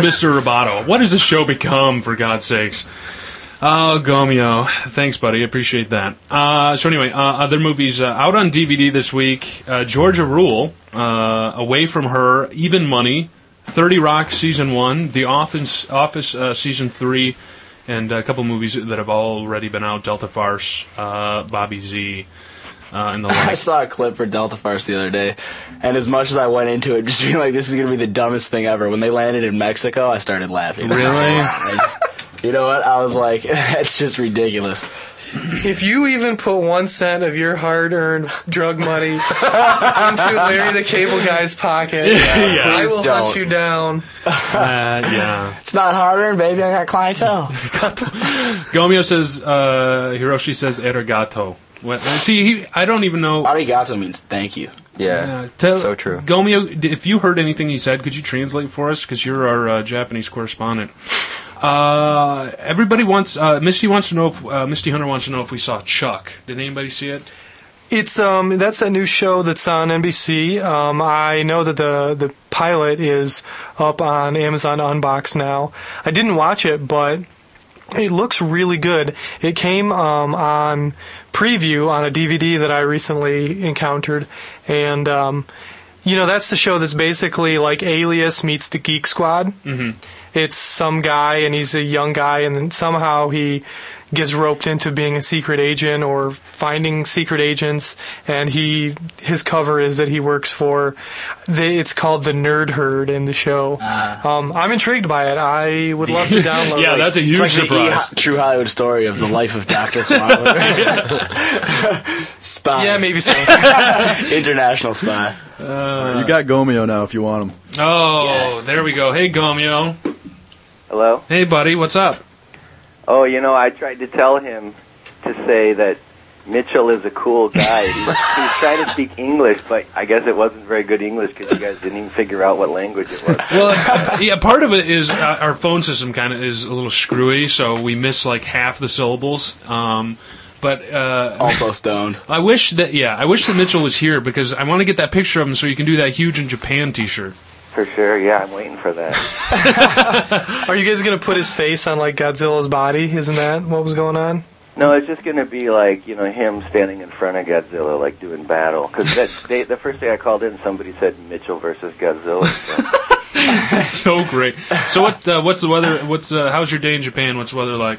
[SPEAKER 2] Mr. Roboto, what has this show become? For God's sakes. Oh, Gomeo. Thanks, buddy. Appreciate that. Uh, so, anyway, uh, other movies uh, out on DVD this week uh, Georgia Rule, uh, Away from Her, Even Money, 30 Rock Season 1, The Office, Office uh, Season 3, and a couple movies that have already been out Delta Farce, uh, Bobby Z, uh, and the
[SPEAKER 4] I
[SPEAKER 2] like.
[SPEAKER 4] saw a clip for Delta Farce the other day, and as much as I went into it, just being like, "This is gonna be the dumbest thing ever," when they landed in Mexico, I started laughing.
[SPEAKER 2] Really?
[SPEAKER 4] I just- you know what? I was like, "That's just ridiculous."
[SPEAKER 3] If you even put one cent of your hard-earned drug money into Larry the Cable Guy's pocket, I
[SPEAKER 5] Please
[SPEAKER 3] will
[SPEAKER 5] don't.
[SPEAKER 3] hunt you down.
[SPEAKER 2] Uh, yeah.
[SPEAKER 4] It's not hard-earned, baby. I got clientele.
[SPEAKER 2] Gomeo says, uh, Hiroshi says, Erigato. What, see, he, I don't even know.
[SPEAKER 4] Arigato means thank you.
[SPEAKER 5] Yeah.
[SPEAKER 2] Uh, tell-
[SPEAKER 5] so true.
[SPEAKER 2] Gomeo, d- if you heard anything he said, could you translate for us? Because you're our uh, Japanese correspondent. Uh, everybody wants. Uh, Misty wants to know if uh, Misty Hunter wants to know if we saw Chuck. Did anybody see it?
[SPEAKER 3] It's um that's that new show that's on NBC. Um, I know that the the pilot is up on Amazon Unbox now. I didn't watch it, but it looks really good. It came um, on preview on a DVD that I recently encountered, and um, you know that's the show that's basically like Alias meets the Geek Squad. Mm-hmm. It's some guy, and he's a young guy, and then somehow he gets roped into being a secret agent or finding secret agents and he his cover is that he works for they, it's called the nerd herd in the show um, i'm intrigued by it i would love to
[SPEAKER 2] Ah.
[SPEAKER 3] download
[SPEAKER 2] Yeah,
[SPEAKER 3] it.
[SPEAKER 2] that's a huge
[SPEAKER 4] It's like the
[SPEAKER 2] surprise.
[SPEAKER 4] E- true Hollywood story of the life of Doctor Clown. spy,
[SPEAKER 3] Yeah, maybe so.
[SPEAKER 4] international spy.
[SPEAKER 6] you got Gomeo now if you want him.
[SPEAKER 2] oh,
[SPEAKER 4] Yes.
[SPEAKER 2] there we go. Hey, Gomeo.
[SPEAKER 7] Hello?
[SPEAKER 2] Hey, buddy. What's up?
[SPEAKER 7] Oh, you know, I tried to tell him to say that Mitchell is a cool guy. He was, he was trying to speak English, but I guess it wasn't very good English because you guys didn't even figure out what language it was.
[SPEAKER 2] Well, uh, yeah. Part of it is uh, our phone system kind of is a little screwy, so we miss like half the syllables. Um, but uh,
[SPEAKER 4] Also stoned.
[SPEAKER 2] I wish that yeah, I wish that Mitchell was here because I want to get that picture of him so you can do that huge in Japan T-shirt.
[SPEAKER 7] For sure, yeah, I'm waiting for that.
[SPEAKER 3] Are you guys gonna put his face on like Godzilla's body? Isn't that what was going on?
[SPEAKER 7] No, it's just going to be like, you know, him standing in front of Godzilla, like doing battle. Because the first day I called in, somebody said Mitchell versus Godzilla. So.
[SPEAKER 2] That's so great. So what? Uh, what's the weather? What's uh, how's your day in Japan? What's the weather like?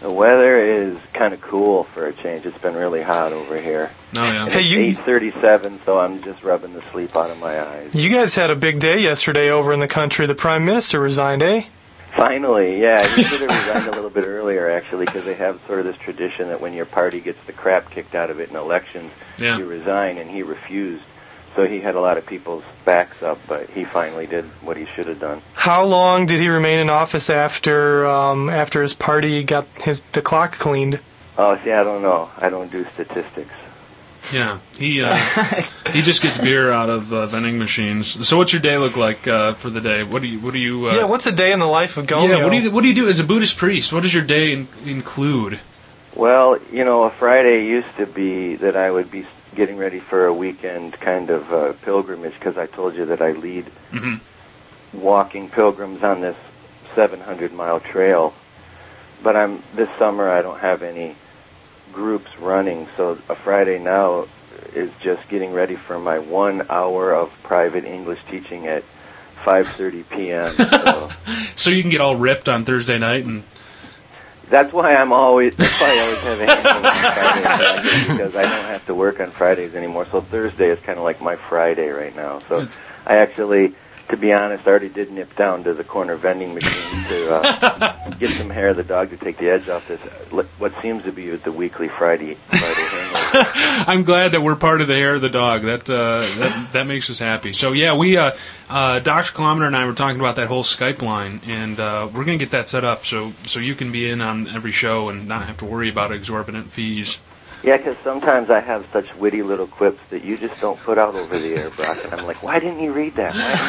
[SPEAKER 7] the weather is kind of cool for a change. It's been really hot over here.
[SPEAKER 2] No, Oh, yeah.
[SPEAKER 3] Hey, you-
[SPEAKER 7] It's 8:37, so I'm just rubbing the sleep out of my eyes.
[SPEAKER 3] You guys had a big day yesterday over in the country. The prime minister resigned, eh?
[SPEAKER 7] Finally, yeah, he should have resigned a little bit earlier actually, because they have sort of this tradition that when your party gets the crap kicked out of it in elections,
[SPEAKER 2] Yeah.
[SPEAKER 7] you resign, and he refused. So he had a lot of people's backs up, but he finally did what he should have done.
[SPEAKER 3] How long did he remain in office after um, after his party got his the clock cleaned?
[SPEAKER 7] Oh, see, I don't know. I don't do statistics.
[SPEAKER 2] Yeah, he uh, he just gets beer out of uh, vending machines. So what's your day look like uh, for the day? What do you what do you uh,
[SPEAKER 3] yeah, what's a day in the life of Gomeo?
[SPEAKER 2] yeah, what do you what do you do as a Buddhist priest? What does your day in- include?
[SPEAKER 7] Well, you know, a Friday used to be that I would be getting ready for a weekend kind of uh, pilgrimage because I told you that I lead walking pilgrims on this 700 mile trail. But I'm this summer I don't have any groups running, so a Friday now is just getting ready for my one hour of private English teaching at 5:30 p.m. So.
[SPEAKER 2] So you can get all ripped on Thursday night and
[SPEAKER 7] That's why I'm always. That's why I always have a hangover on Fridays because I don't have to work on Fridays anymore. So Thursday is kind of like my Friday right now. So
[SPEAKER 2] That's-
[SPEAKER 7] I actually to be honest, I already did nip down to the corner vending machine to uh, get some hair of the dog to take the edge off this. uh, What seems to be the weekly Friday Friday hangover.
[SPEAKER 2] I'm glad that we're part of the hair of the dog. That uh, that, that makes us happy. So yeah, we uh, uh, Doctor Kilometer and I were talking about that whole Skype line, and uh, we're gonna get that set up so so you can be in on every show and not have to worry about exorbitant fees.
[SPEAKER 7] Yeah, 'cause sometimes I have such witty little quips that you just don't put out over the air, Brock. And I'm like, why didn't you read that? Why didn't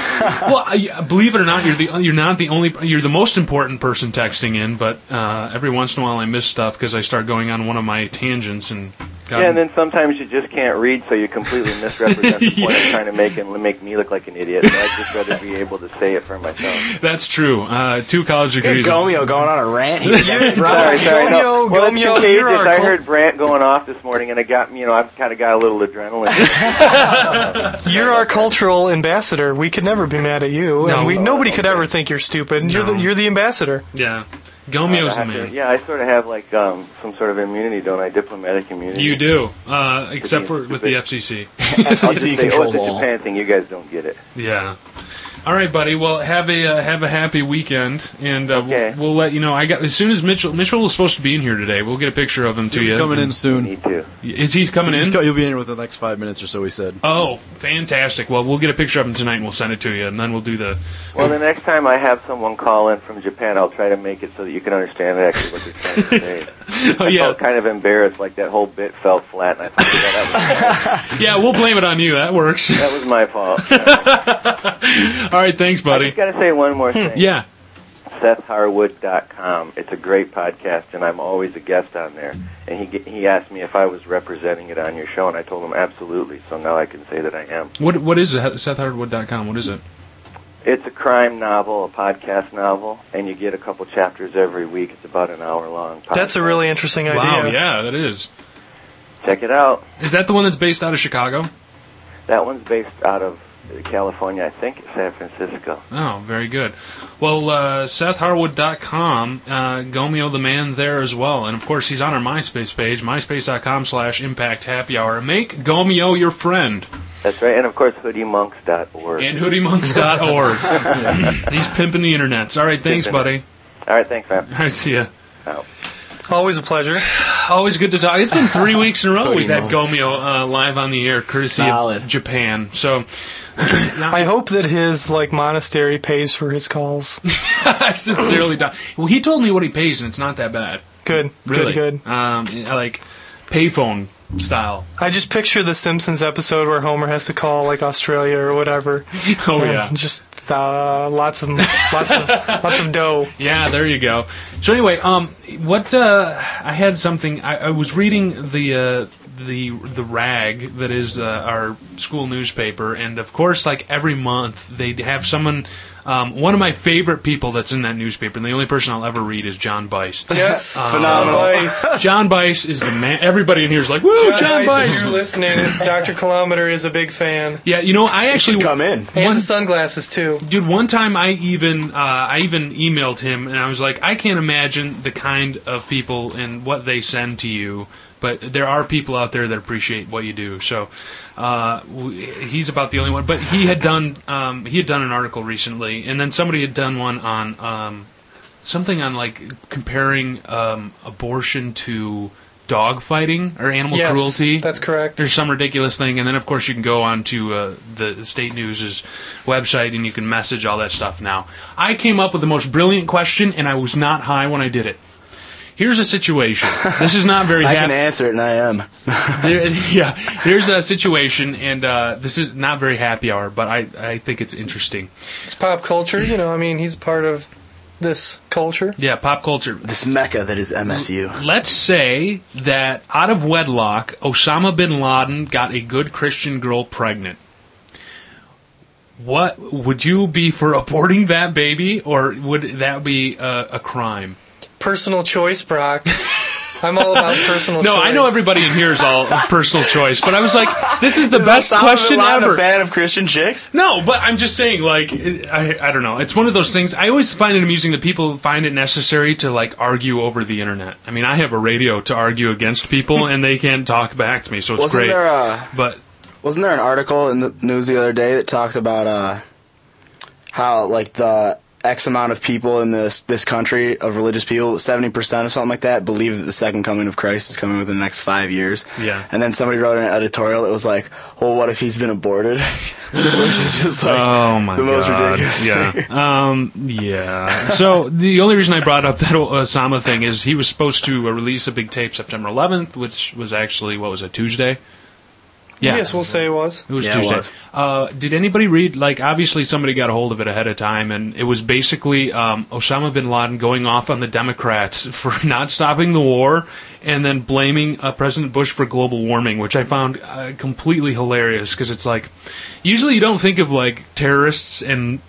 [SPEAKER 7] you read that?"
[SPEAKER 2] well, I, believe it or not, you're the you're not the only you're the most important person texting in. But uh, every once in a while, I miss stuff because I start going on one of my tangents and. God,
[SPEAKER 7] Yeah, and then sometimes you just can't read, so you completely misrepresent the point I'm trying to make and make me look like an idiot. So I'd just rather be able to say it for myself.
[SPEAKER 2] that's true. Uh, two college
[SPEAKER 4] Hey,
[SPEAKER 2] degrees.
[SPEAKER 4] Gomeo going on a rant here.
[SPEAKER 7] Sorry, sorry. No.
[SPEAKER 3] Gomeo,
[SPEAKER 7] Well, it's
[SPEAKER 3] Gomeo,
[SPEAKER 7] contagious.
[SPEAKER 3] you're our
[SPEAKER 7] I
[SPEAKER 3] cult-
[SPEAKER 7] heard Brant going off this morning, and it got me. You know, I've kind of got a little adrenaline.
[SPEAKER 3] You're our cultural ambassador. We could never be mad at you,
[SPEAKER 2] No.
[SPEAKER 3] and we, nobody could ever think you're stupid. You're the
[SPEAKER 2] No.
[SPEAKER 3] you're the ambassador.
[SPEAKER 2] Yeah,
[SPEAKER 7] I
[SPEAKER 2] Gomeo's the
[SPEAKER 7] have to-
[SPEAKER 2] man.
[SPEAKER 7] yeah, I sort of have like um, some sort of immunity, don't I? Diplomatic immunity.
[SPEAKER 2] You do, uh, except for with the FCC.
[SPEAKER 7] I'll just
[SPEAKER 4] FCC
[SPEAKER 7] say, oh,
[SPEAKER 4] control
[SPEAKER 7] it's a
[SPEAKER 4] all.
[SPEAKER 7] Japan thing. You guys don't get it.
[SPEAKER 2] Yeah. All right, buddy. Well, have a uh, have a happy weekend, and uh,
[SPEAKER 7] Okay.
[SPEAKER 2] we'll, we'll let you know. I got as soon as Mitchell Mitchell was supposed to be in here today. We'll get a picture of him to you.
[SPEAKER 6] Coming in
[SPEAKER 7] Me
[SPEAKER 6] soon.
[SPEAKER 7] too.
[SPEAKER 2] Is he coming
[SPEAKER 6] He's
[SPEAKER 2] in?
[SPEAKER 6] co- He'll be in within the next five minutes or so. He said.
[SPEAKER 2] Oh, fantastic! Well, we'll get a picture of him tonight, and we'll send it to you, and then we'll do the.
[SPEAKER 7] Well, the next time I have someone call in from Japan, I'll try to make it so that you can understand actually what they're trying to say.
[SPEAKER 2] Oh
[SPEAKER 7] I
[SPEAKER 2] yeah,
[SPEAKER 7] felt kind of embarrassed, like that whole bit fell flat, and I thought "Yeah, that,
[SPEAKER 2] yeah. We'll blame it on you. That works.
[SPEAKER 7] was, that was my fault.
[SPEAKER 2] All right, thanks,
[SPEAKER 7] I
[SPEAKER 2] buddy. Hmm.
[SPEAKER 7] just got to say one more thing.
[SPEAKER 2] Yeah.
[SPEAKER 7] SethHarwood.com. It's a great podcast, and I'm always a guest on there. And he ge- he asked me if I was representing it on your show, and I told him absolutely. So now I can say that I am.
[SPEAKER 2] What what is it? SethHardwood.com. What is it?
[SPEAKER 7] It's a crime novel, a podcast novel, and you get a couple chapters every week. It's about an hour long. Podcast.
[SPEAKER 3] That's a really interesting idea.
[SPEAKER 2] Wow. Yeah, that is.
[SPEAKER 7] check it out.
[SPEAKER 2] Is that the one that's based out of Chicago?
[SPEAKER 7] That one's based out of California, I think, San Francisco.
[SPEAKER 2] Oh, very good. Well, uh, SethHarwood.com, uh, Gomeo the man there as well. And of course, he's on our MySpace page, myspace.com slash impact happy hour. Make Gomeo your friend.
[SPEAKER 7] That's right, and of course, hoodiemonks.org.
[SPEAKER 2] And hoodiemonks.org. he's pimping the internets. All right, thanks, buddy.
[SPEAKER 7] All right, thanks, man.
[SPEAKER 2] All right, see ya.
[SPEAKER 7] Out.
[SPEAKER 3] Always a pleasure.
[SPEAKER 2] Always good to talk. It's been three weeks in a row we've had Gomeo uh, live on the air, courtesy
[SPEAKER 4] Solid.
[SPEAKER 2] of Japan. So
[SPEAKER 3] I hope that his like monastery pays for his calls.
[SPEAKER 2] I sincerely doubt. Well, he told me what he pays, and it's not that bad.
[SPEAKER 3] Good,
[SPEAKER 2] Really
[SPEAKER 3] good, good.
[SPEAKER 2] Um, like payphone style.
[SPEAKER 3] I just picture the Simpsons episode where Homer has to call like Australia or whatever.
[SPEAKER 2] Oh
[SPEAKER 3] And
[SPEAKER 2] yeah.
[SPEAKER 3] just uh, lots of lots of lots of dough.
[SPEAKER 2] Yeah, there you go. So anyway, um, what uh, I had something. I, I was reading the uh, the the rag that is uh, our school newspaper, and of course, like every month, they have someone. Um, one of my favorite people that's in that newspaper, and the only person I'll ever read is John Bice.
[SPEAKER 3] Yes,
[SPEAKER 2] Uh,
[SPEAKER 4] Phenomenal.
[SPEAKER 2] John Bice is the man. Everybody in here is like, "Woo, John, Bice!"
[SPEAKER 3] if you're listening, Doctor Kilometer is a big fan,
[SPEAKER 2] Yeah, you know, I actually
[SPEAKER 4] Come in.
[SPEAKER 3] and
[SPEAKER 2] One-
[SPEAKER 3] the sunglasses too.
[SPEAKER 2] dude one time i even uh, i even emailed him and i was like i can't imagine the kind of people and what they send to you but there are people out there that appreciate what you do so uh, w- he's about the only one but he had done um, he had done an article recently and then somebody had done one on um, something on like comparing um, abortion to dog fighting or animal
[SPEAKER 3] Yes,
[SPEAKER 2] cruelty
[SPEAKER 3] that's correct.
[SPEAKER 2] or some ridiculous thing. And then, of course, you can go on to uh, the state news's website and you can message all that stuff now. I came up with the most brilliant question, and I was not high when I did it. Here's a situation. This is not very
[SPEAKER 4] I
[SPEAKER 2] happy
[SPEAKER 4] can answer it, and I am.
[SPEAKER 2] there, yeah, here's a situation, and uh, this is not very happy hour, but I, I think it's interesting.
[SPEAKER 3] It's pop culture, you know. I mean, he's part of this culture.
[SPEAKER 2] Yeah, pop culture.
[SPEAKER 4] This mecca that is MSU.
[SPEAKER 2] Let's say that out of wedlock, Osama bin Laden got a good Christian girl pregnant. What would you be for aborting that baby, or would that be uh, a crime?
[SPEAKER 3] Personal choice, Brock. I'm all about personal.
[SPEAKER 2] No,
[SPEAKER 3] choice.
[SPEAKER 2] I know everybody in here is all personal choice, but I was like, this is the best
[SPEAKER 4] Osama bin
[SPEAKER 2] question
[SPEAKER 4] Laden
[SPEAKER 2] ever.
[SPEAKER 4] A fan of Christian chicks?
[SPEAKER 2] No, but I'm just saying, like, it- I, I don't know. It's one of those things. I always find it amusing that people find it necessary to, like, argue over the internet. I mean, I have a radio to argue against people, and they can't talk back to me, so it's
[SPEAKER 4] Wasn't
[SPEAKER 2] great.
[SPEAKER 4] there a
[SPEAKER 2] but,
[SPEAKER 4] wasn't there an article in the news the other day that talked about uh how like the X amount of people in this this country of religious people, seventy percent or something like that, believe that the second coming of Christ is coming within the next five years.
[SPEAKER 2] Yeah.
[SPEAKER 4] And then somebody wrote an editorial that was like, "Well, what if he's been aborted?" Which is just like
[SPEAKER 2] oh my
[SPEAKER 4] the most
[SPEAKER 2] God.
[SPEAKER 4] ridiculous.
[SPEAKER 2] Yeah.
[SPEAKER 4] thing.
[SPEAKER 2] Um, yeah. So the only reason I brought up that Osama thing is he was supposed to uh, release a big tape September 11th, which was actually what was it Tuesday? Yeah.
[SPEAKER 3] Yes, we'll say it was.
[SPEAKER 2] It was
[SPEAKER 4] Yeah, it
[SPEAKER 2] Tuesday.
[SPEAKER 4] was.
[SPEAKER 2] Uh, did anybody read? Like, obviously, somebody got a hold of it ahead of time, and it was basically um, Osama bin Laden going off on the Democrats for not stopping the war, and then blaming uh, President Bush for global warming, which I found uh, completely hilarious because it's like, usually you don't think of like terrorists and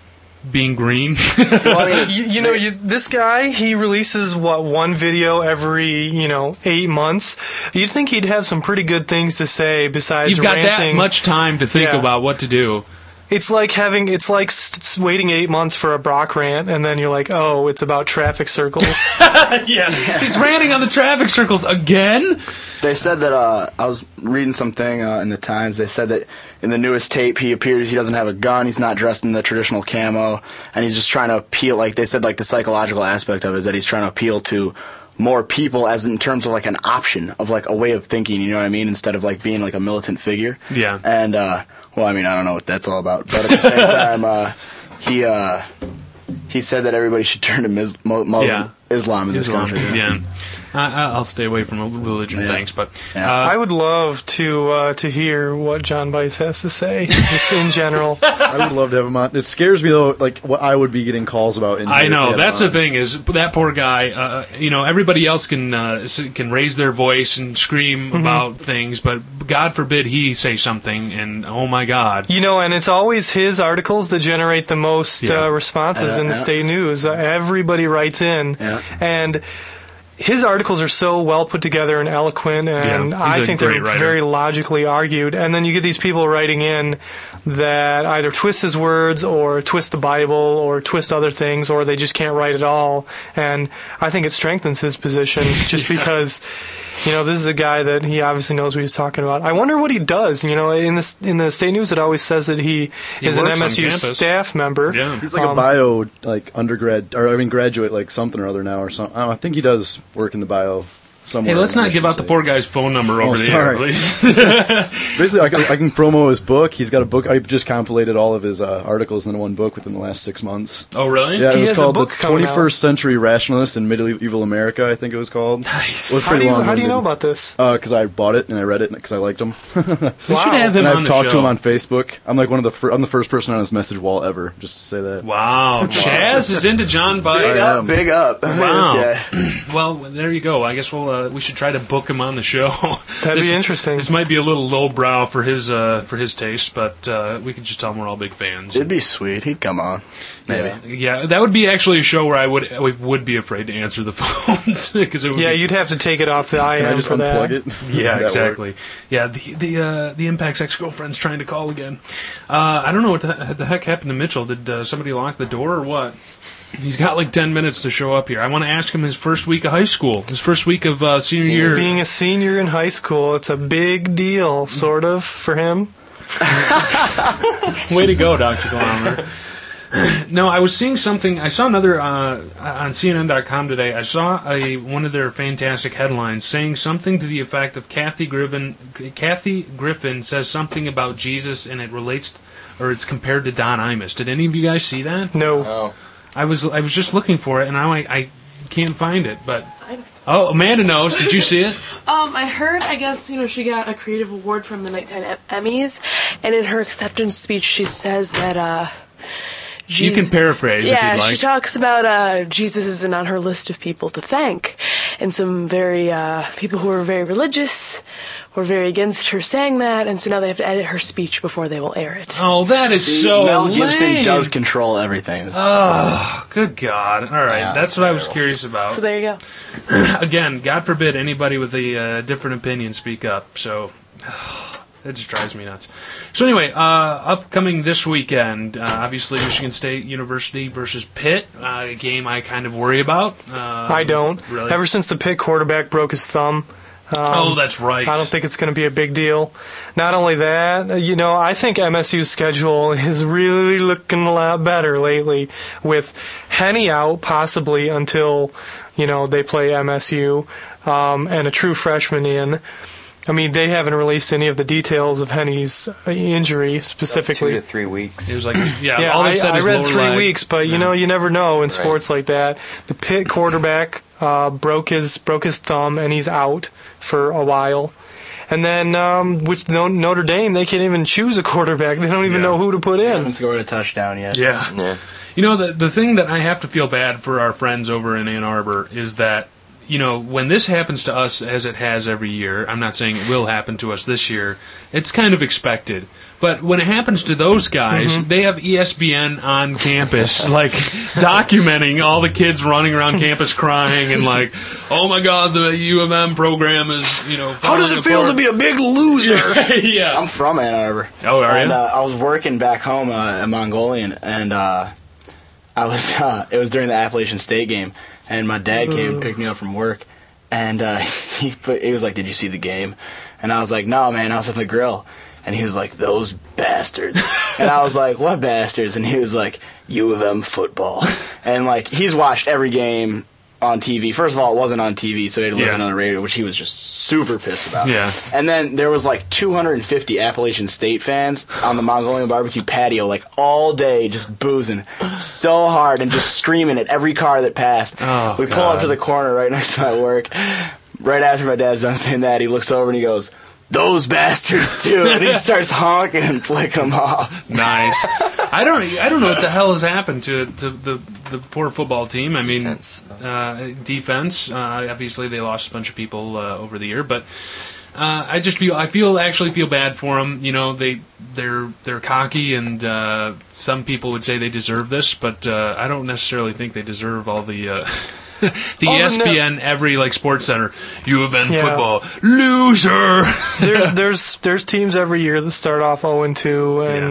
[SPEAKER 2] being green.
[SPEAKER 3] you, you know, you, this guy, he releases what one video every you know eight months. You'd think he'd have some pretty good things to say besides
[SPEAKER 2] You've got that
[SPEAKER 3] ranting.
[SPEAKER 2] much time to think
[SPEAKER 3] Yeah.
[SPEAKER 2] about what to do.
[SPEAKER 3] It's like having it's like s s- waiting eight months for a Brock rant, and then you're like, oh, it's about traffic circles.
[SPEAKER 2] Yeah, he's ranting on the traffic circles again.
[SPEAKER 4] They said that uh, I was reading something uh, in the Times. They said that in the newest tape, he appears he doesn't have a gun. He's not dressed in the traditional camo, and he's just trying to appeal. Like they said, like the psychological aspect of it is that he's trying to appeal to more people, as in terms of like an option of like a way of thinking. You know what I mean? Instead of like being like a militant figure.
[SPEAKER 2] Yeah.
[SPEAKER 4] And uh, well, I mean, I don't know what that's all about, but at the same time, uh, he uh, he said that everybody should turn to Mus- Mo- Muslim,
[SPEAKER 2] Yeah.
[SPEAKER 4] Islam in this country.
[SPEAKER 2] Yeah, I, I- I'll stay away from religion things, but
[SPEAKER 4] Yeah.
[SPEAKER 2] uh,
[SPEAKER 3] I would love to uh, to hear what John Bice has to say, just in general.
[SPEAKER 6] I would love to have him on. It scares me though, like what I would be getting calls about. in-
[SPEAKER 2] I
[SPEAKER 6] if he
[SPEAKER 2] know
[SPEAKER 6] had
[SPEAKER 2] that's
[SPEAKER 6] him
[SPEAKER 2] the
[SPEAKER 6] on.
[SPEAKER 2] thing is that poor guy. Uh, you know, everybody else can uh, s- can raise their voice and scream about things, but God forbid he say something. And oh my God,
[SPEAKER 3] You know, and it's always his articles that generate the most
[SPEAKER 2] Yeah.
[SPEAKER 3] uh, responses
[SPEAKER 4] Yeah,
[SPEAKER 3] in the
[SPEAKER 4] yeah.
[SPEAKER 3] state news. Uh, everybody writes in,
[SPEAKER 4] Yeah.
[SPEAKER 3] and his articles are so well put together and eloquent, and
[SPEAKER 2] Yeah, he's
[SPEAKER 3] I
[SPEAKER 2] a
[SPEAKER 3] think they're
[SPEAKER 2] great writer.
[SPEAKER 3] very logically argued. And then you get these people writing in that either twist his words, or twist the Bible, or twist other things, or they just can't write at all. And I think it strengthens his position just because. You know, this is a guy that he obviously knows what he's talking about. I wonder what he does. You know, in this in the state news, it always says that he, is an
[SPEAKER 2] works on
[SPEAKER 3] MSU
[SPEAKER 2] campus.
[SPEAKER 3] staff member.
[SPEAKER 2] yeah,
[SPEAKER 6] He's like a
[SPEAKER 3] Um,
[SPEAKER 6] bio like undergrad or I mean graduate like something or other now or something. I, don't know, I think he does work in the bio somewhere.
[SPEAKER 2] Hey, let's
[SPEAKER 6] in
[SPEAKER 2] not give out the
[SPEAKER 6] Michigan
[SPEAKER 2] poor guy's phone number over
[SPEAKER 6] Oh,
[SPEAKER 2] the air,
[SPEAKER 6] sorry.
[SPEAKER 2] please.
[SPEAKER 6] State. Basically, I can, I can promo his book. He's got a book. I just compilated all of his uh, articles in one book within the last six months.
[SPEAKER 2] oh, really?
[SPEAKER 6] Yeah,
[SPEAKER 3] He
[SPEAKER 6] it was
[SPEAKER 3] has a
[SPEAKER 6] called
[SPEAKER 3] book
[SPEAKER 6] the
[SPEAKER 3] coming out.
[SPEAKER 6] 21st Century Rationalist in Medieval America. I think it was called. Nice. It was
[SPEAKER 3] How do
[SPEAKER 6] pretty
[SPEAKER 3] you
[SPEAKER 6] long.
[SPEAKER 3] how do you know about this?
[SPEAKER 6] Because I bought it and I read it because I liked him.
[SPEAKER 2] We should have him on
[SPEAKER 6] and I've
[SPEAKER 2] the
[SPEAKER 6] talked to
[SPEAKER 2] show.
[SPEAKER 6] him on Facebook. I'm like one of the fir- I'm the first person on his message wall ever. Just to say that.
[SPEAKER 2] Wow, Chaz is into John
[SPEAKER 4] Big
[SPEAKER 2] Biden.
[SPEAKER 4] up, big up. Look at
[SPEAKER 2] Wow.
[SPEAKER 4] this guy.
[SPEAKER 2] Well, there you go. I guess we'll uh, we should try to book him on the show.
[SPEAKER 3] That'd
[SPEAKER 2] This-
[SPEAKER 3] be interesting.
[SPEAKER 2] This might be a little lowbrow for his uh, for his taste, but uh, we could just tell him we're all big fans.
[SPEAKER 4] It'd be sweet. He'd come on. Maybe.
[SPEAKER 2] Yeah, that would be actually a show where I would I would be afraid to answer the phones because it would
[SPEAKER 3] Yeah,
[SPEAKER 2] be-
[SPEAKER 3] you'd have to take it off the IM
[SPEAKER 6] Um, Can I just
[SPEAKER 3] for
[SPEAKER 6] unplug
[SPEAKER 3] that.
[SPEAKER 6] it?
[SPEAKER 2] yeah
[SPEAKER 6] That
[SPEAKER 2] exactly
[SPEAKER 6] worked.
[SPEAKER 2] yeah the the uh, the impact's ex girlfriend's trying to call again. Uh, I don't know what the, the heck happened to Mitchell. Did uh, somebody lock the door or what? He's got like ten minutes to show up here. I want to ask him his first week of high school, his first week of uh, senior, year.
[SPEAKER 3] Being a senior in high school, it's a big deal, sort of, for him.
[SPEAKER 2] Way to go, Dr. Glomer. no, I was seeing something. I saw another uh, on CNN.com today. I saw a one of their fantastic headlines saying something to the effect of Kathy Griffin. Kathy Griffin says something about Jesus, and it relates. or it's compared to Don Imus. Did any of you guys see that?
[SPEAKER 3] No,
[SPEAKER 5] Oh,
[SPEAKER 2] I was I was just looking for it, and now I, I can't find it. But oh, Amanda knows. Did you see it?
[SPEAKER 9] Um, I heard, I guess, you know, she got a creative award from the nighttime em- Emmys, and in her acceptance speech, she says that, uh,
[SPEAKER 2] You can
[SPEAKER 9] Jesus-
[SPEAKER 2] paraphrase
[SPEAKER 9] yeah,
[SPEAKER 2] if you'd like.
[SPEAKER 9] she talks about uh, Jesus isn't on her list of people to thank, and some very uh, people who are very religious were very against her saying that, and so now they have to edit her speech before they will air it.
[SPEAKER 2] oh, that is so
[SPEAKER 4] Mel Gibson
[SPEAKER 2] lame.
[SPEAKER 4] does control everything.
[SPEAKER 2] Good God! All right,
[SPEAKER 4] Yeah,
[SPEAKER 2] that's what I was curious about.
[SPEAKER 9] So there you go.
[SPEAKER 2] again, God forbid anybody with a uh, different opinion speak up. So that just drives me nuts. So anyway, uh, upcoming this weekend, uh, obviously Michigan State University versus Pitt, uh, a game I kind of worry about. Uh,
[SPEAKER 3] I don't.
[SPEAKER 2] Really?
[SPEAKER 3] Ever since the Pitt quarterback broke his thumb,
[SPEAKER 2] Oh, that's right.
[SPEAKER 3] um, I don't think it's going to be a big deal. Not only that, you know, I think MSU's schedule is really looking a lot better lately with Henny out possibly until, you know, they play MSU um, and a true freshman in. I mean, they haven't released any of the details of Henny's uh, injury
[SPEAKER 5] Two to
[SPEAKER 3] specifically.
[SPEAKER 5] three weeks.
[SPEAKER 2] It was like, yeah,
[SPEAKER 3] yeah,
[SPEAKER 2] all
[SPEAKER 3] I,
[SPEAKER 2] they've said
[SPEAKER 3] I
[SPEAKER 2] is
[SPEAKER 3] read
[SPEAKER 2] lower
[SPEAKER 3] three
[SPEAKER 2] leg.
[SPEAKER 3] weeks, but you know, you never know in sports like that. The Pitt quarterback uh, broke his broke his thumb, and he's out for a while. And then, um, which no, Notre Dame, they can't even choose a quarterback. They don't even
[SPEAKER 2] Yeah.
[SPEAKER 3] know who to put in.
[SPEAKER 4] Haven't scored a touchdown yet.
[SPEAKER 2] Yeah.
[SPEAKER 5] Yeah.
[SPEAKER 2] You know, the, the thing that I have to feel bad for our friends over in Ann Arbor is that, you know, when this happens to us as it has every year, I'm not saying it will happen to us this year, it's kind of expected. But when it happens to those guys,
[SPEAKER 3] Mm-hmm.
[SPEAKER 2] they have E ESPN on campus, like documenting all the kids running around campus crying and like, oh my God, the U of M program is, you know,
[SPEAKER 3] How does it feel to be a big loser?
[SPEAKER 2] yeah.
[SPEAKER 4] I'm from Ann Arbor.
[SPEAKER 2] Oh, are
[SPEAKER 4] And
[SPEAKER 2] you?
[SPEAKER 4] uh, I was working back home uh, in Mongolian, and uh, I was uh, it was during the Appalachian State game, and my dad came and picked me up from work, and uh, he put, he was like, "Did you see the game?" And I was like, "No, man, I was at the grill." And he was like, "Those bastards," and I was like, "What bastards?" And he was like, "U of M football," and like he's watched every game. On TV. First of all, it wasn't on TV, so he had to listen
[SPEAKER 2] Yeah.
[SPEAKER 4] on the radio, which he was just super pissed about.
[SPEAKER 2] Yeah.
[SPEAKER 4] And then there was like 250 Appalachian State fans on the Mongolian barbecue patio, like all day, just boozing so hard and just screaming at every car that passed.
[SPEAKER 2] Oh,
[SPEAKER 4] we pull up
[SPEAKER 2] God.
[SPEAKER 4] to the corner right next to my work. Right after my dad's done saying that, he looks over and he goes, "Those bastards too!" and he starts honking and flicking them off.
[SPEAKER 2] Nice. I don't. I don't know what the hell has happened to to the the poor football team. I mean,
[SPEAKER 5] Defense.
[SPEAKER 2] Uh, defense. Uh, obviously, they lost a bunch of people uh, over the year, but. Uh, I just feel I feel actually feel bad for them. You know they they're they're cocky and uh, some people would say they deserve this, but uh, I don't necessarily think they deserve all the uh, the E
[SPEAKER 3] All the
[SPEAKER 2] ESPN every like sports center you have been
[SPEAKER 3] Yeah.
[SPEAKER 2] football loser.
[SPEAKER 3] there's there's there's teams every year that start off 0 and 2, and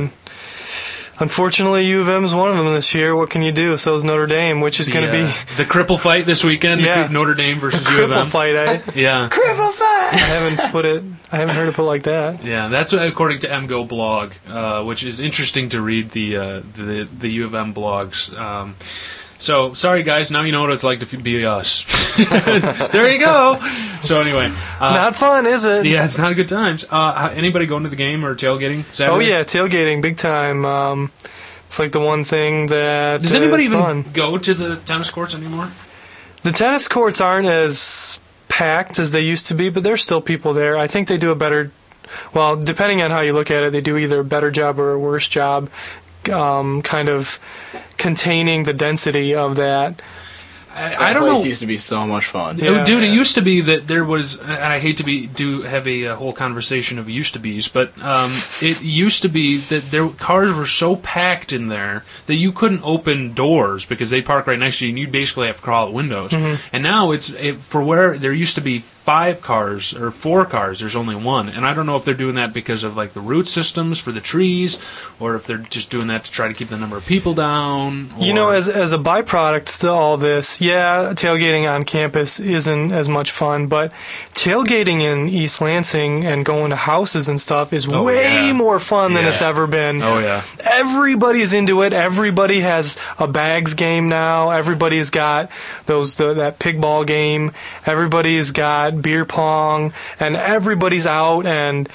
[SPEAKER 3] unfortunately, U of M is one of them this year. What can you do? So is Notre Dame, which is going to
[SPEAKER 2] the, uh, the cripple fight this weekend.
[SPEAKER 3] Yeah.
[SPEAKER 2] Notre Dame versus
[SPEAKER 3] be
[SPEAKER 2] U of
[SPEAKER 3] cripple
[SPEAKER 2] M.
[SPEAKER 3] fight. I,
[SPEAKER 2] Yeah.
[SPEAKER 3] I haven't put it. I haven't heard it put like that.
[SPEAKER 2] Yeah, that's what- according to MGO blog, uh, which is interesting to read the uh, the the U of M blogs. Um, so sorry guys, now you know what it's like to f- be us. there you go. So anyway, uh,
[SPEAKER 3] Not fun, is it?
[SPEAKER 2] yeah, it's not good times. Uh, h- anybody going to the game or tailgating? Saturday?
[SPEAKER 3] Oh yeah, tailgating big time. Um, it's like the one thing that uh,
[SPEAKER 2] Does anybody
[SPEAKER 3] is
[SPEAKER 2] even
[SPEAKER 3] fun.
[SPEAKER 2] go to the tennis courts anymore?
[SPEAKER 3] The tennis courts aren't as packed as they used to be, but there's still people there. I think they do a better, well, depending on how you look at it, they do either a better job or a worse job, um, kind of containing the density of that.
[SPEAKER 2] I, I
[SPEAKER 4] That
[SPEAKER 2] don't
[SPEAKER 4] place
[SPEAKER 2] know.
[SPEAKER 4] Used to be so much fun.
[SPEAKER 2] It-
[SPEAKER 3] Yeah.
[SPEAKER 2] dude, it used to be that there was, and I hate to be do have a, uh whole conversation of used to be's, but um, it used to be that their cars were so packed in there that you couldn't open doors because they park right next to you, and you basically have to crawl out windows.
[SPEAKER 3] Mm-hmm.
[SPEAKER 2] And now it's it, for where there used to be five cars or four cars, there's only one. And I don't know if they're doing that because of like the root systems for the trees, or if they're just doing that to try to keep the number of people down.
[SPEAKER 3] You
[SPEAKER 2] or-
[SPEAKER 3] know, as as a byproduct to all this, yeah, tailgating on campus isn't as much fun, but tailgating in East Lansing and going to houses and stuff is
[SPEAKER 2] Oh,
[SPEAKER 3] way
[SPEAKER 2] yeah.
[SPEAKER 3] more fun than
[SPEAKER 2] Yeah.
[SPEAKER 3] it's ever been.
[SPEAKER 2] Oh, yeah.
[SPEAKER 3] everybody's into it. Everybody has a bags game now. Everybody's got those the, that pig ball game. Everybody's got beer pong, and everybody's out and.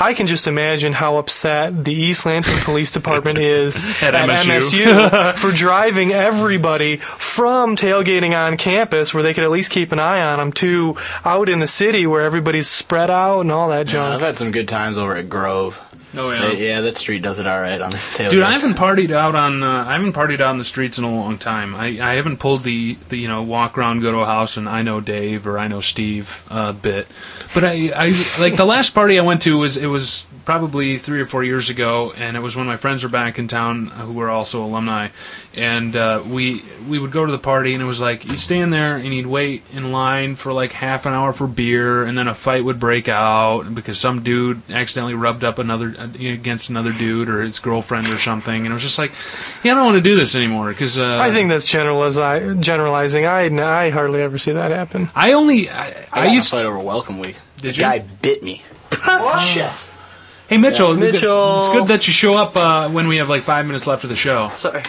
[SPEAKER 3] I can just imagine how upset the East Lansing Police Department is
[SPEAKER 2] At MSU.
[SPEAKER 3] MSU for driving everybody from tailgating on campus, where they could at least keep an eye on them, to out in the city where everybody's spread out and all that
[SPEAKER 4] Yeah, I've
[SPEAKER 3] junk.
[SPEAKER 4] had some good times over at Grove.
[SPEAKER 2] Oh,
[SPEAKER 4] Yeah, yeah that street does it all right on the tailgate.
[SPEAKER 2] Dude, I haven't partied out on uh, I haven't partied out on the streets in a long time. I, I haven't pulled the, the you know walk around go to a house and I know Dave or I know Steve uh, bit. But I, I like the last party I went to was it was probably three or four years ago, and it was when my friends were back in town uh, who were also alumni, and uh, we we would go to the party and it was like you'd stand there and you'd wait in line for like half an hour for beer, and then a fight would break out because some dude accidentally rubbed up another uh, against another dude or his girlfriend or something, and it was just like, yeah, I don't want to do this anymore because uh,
[SPEAKER 3] I think that's generalizi- generalizing. I, I hardly ever see that happen.
[SPEAKER 2] I only I, I
[SPEAKER 4] I got in a
[SPEAKER 2] used
[SPEAKER 4] fight over Welcome Week.
[SPEAKER 2] Did
[SPEAKER 4] the
[SPEAKER 2] you?
[SPEAKER 4] guy bit me.
[SPEAKER 3] What?
[SPEAKER 2] Hey Mitchell,
[SPEAKER 3] Yeah. Mitchell.
[SPEAKER 2] It's good that you show up uh, when we have like five minutes left of the show.
[SPEAKER 3] Sorry.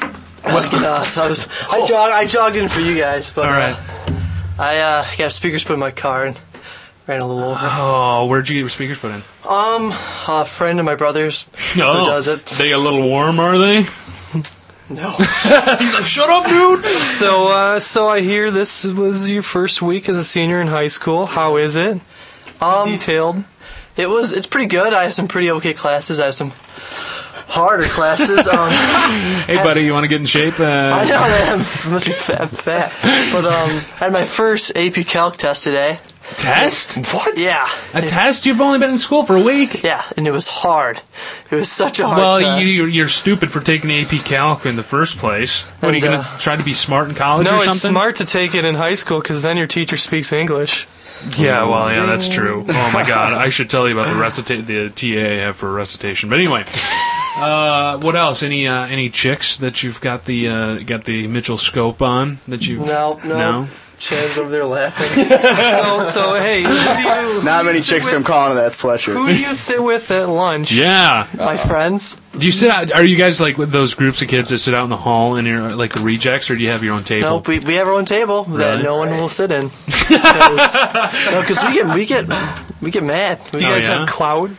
[SPEAKER 3] I was getting off. I was.
[SPEAKER 10] Oh.
[SPEAKER 3] I jogged. I jogged in for you guys, but
[SPEAKER 2] All right.
[SPEAKER 3] uh, I uh, got speakers put in my car and ran a little over.
[SPEAKER 2] Oh, where'd you get your speakers put in?
[SPEAKER 3] Um, a friend of my brother's
[SPEAKER 2] No.
[SPEAKER 3] who does it.
[SPEAKER 2] Oh, They a little warm, are they?
[SPEAKER 3] No.
[SPEAKER 2] He's like, shut up, dude.
[SPEAKER 10] So, uh, so I hear this was your first week as a senior in high school. How is it?
[SPEAKER 3] Um,
[SPEAKER 10] Detailed.
[SPEAKER 3] It was. It's pretty good. I have some pretty okay classes. I have some harder classes. Um,
[SPEAKER 2] Hey buddy, you want to get in shape? Uh,
[SPEAKER 3] I know that I'm, must be fat, fat. But um, I had my first AP Calc test today.
[SPEAKER 2] Test?
[SPEAKER 3] What? Yeah,
[SPEAKER 2] A test? You've only been in school for a week.
[SPEAKER 3] yeah, and it was hard. It was such a hard
[SPEAKER 2] Well,
[SPEAKER 3] test.
[SPEAKER 2] you, you're, you're stupid for taking AP Calc in the first place. What are you
[SPEAKER 3] And, uh,
[SPEAKER 2] going to try to be smart in college
[SPEAKER 10] No,
[SPEAKER 2] or
[SPEAKER 10] it's
[SPEAKER 2] something?
[SPEAKER 10] smart to take it in high school because then your teacher speaks English.
[SPEAKER 2] Yeah, well, yeah, that's true. Oh my god, I should tell you about the recita- the TA I have for recitation. But anyway, uh, what else? Any uh, any chicks that you've got the uh, got the Mitchell scope on that you?
[SPEAKER 3] No, no.
[SPEAKER 2] no?
[SPEAKER 3] Chaz over there laughing.
[SPEAKER 10] So, so hey, who do you,
[SPEAKER 4] Not many chicks come calling to that sweatshirt.
[SPEAKER 10] who do you sit with at lunch?
[SPEAKER 2] Yeah. Uh,
[SPEAKER 3] my friends.
[SPEAKER 2] Do you sit out? Are you guys like with those groups of kids that sit out in the hall and you're like the rejects, or do you have your own table?
[SPEAKER 3] Nope, we, we have our own table that
[SPEAKER 2] Really?
[SPEAKER 3] no one will sit in. Because we get we get we get mad. We
[SPEAKER 10] Do you
[SPEAKER 2] Oh,
[SPEAKER 3] get-
[SPEAKER 10] guys
[SPEAKER 2] yeah?
[SPEAKER 10] have clout?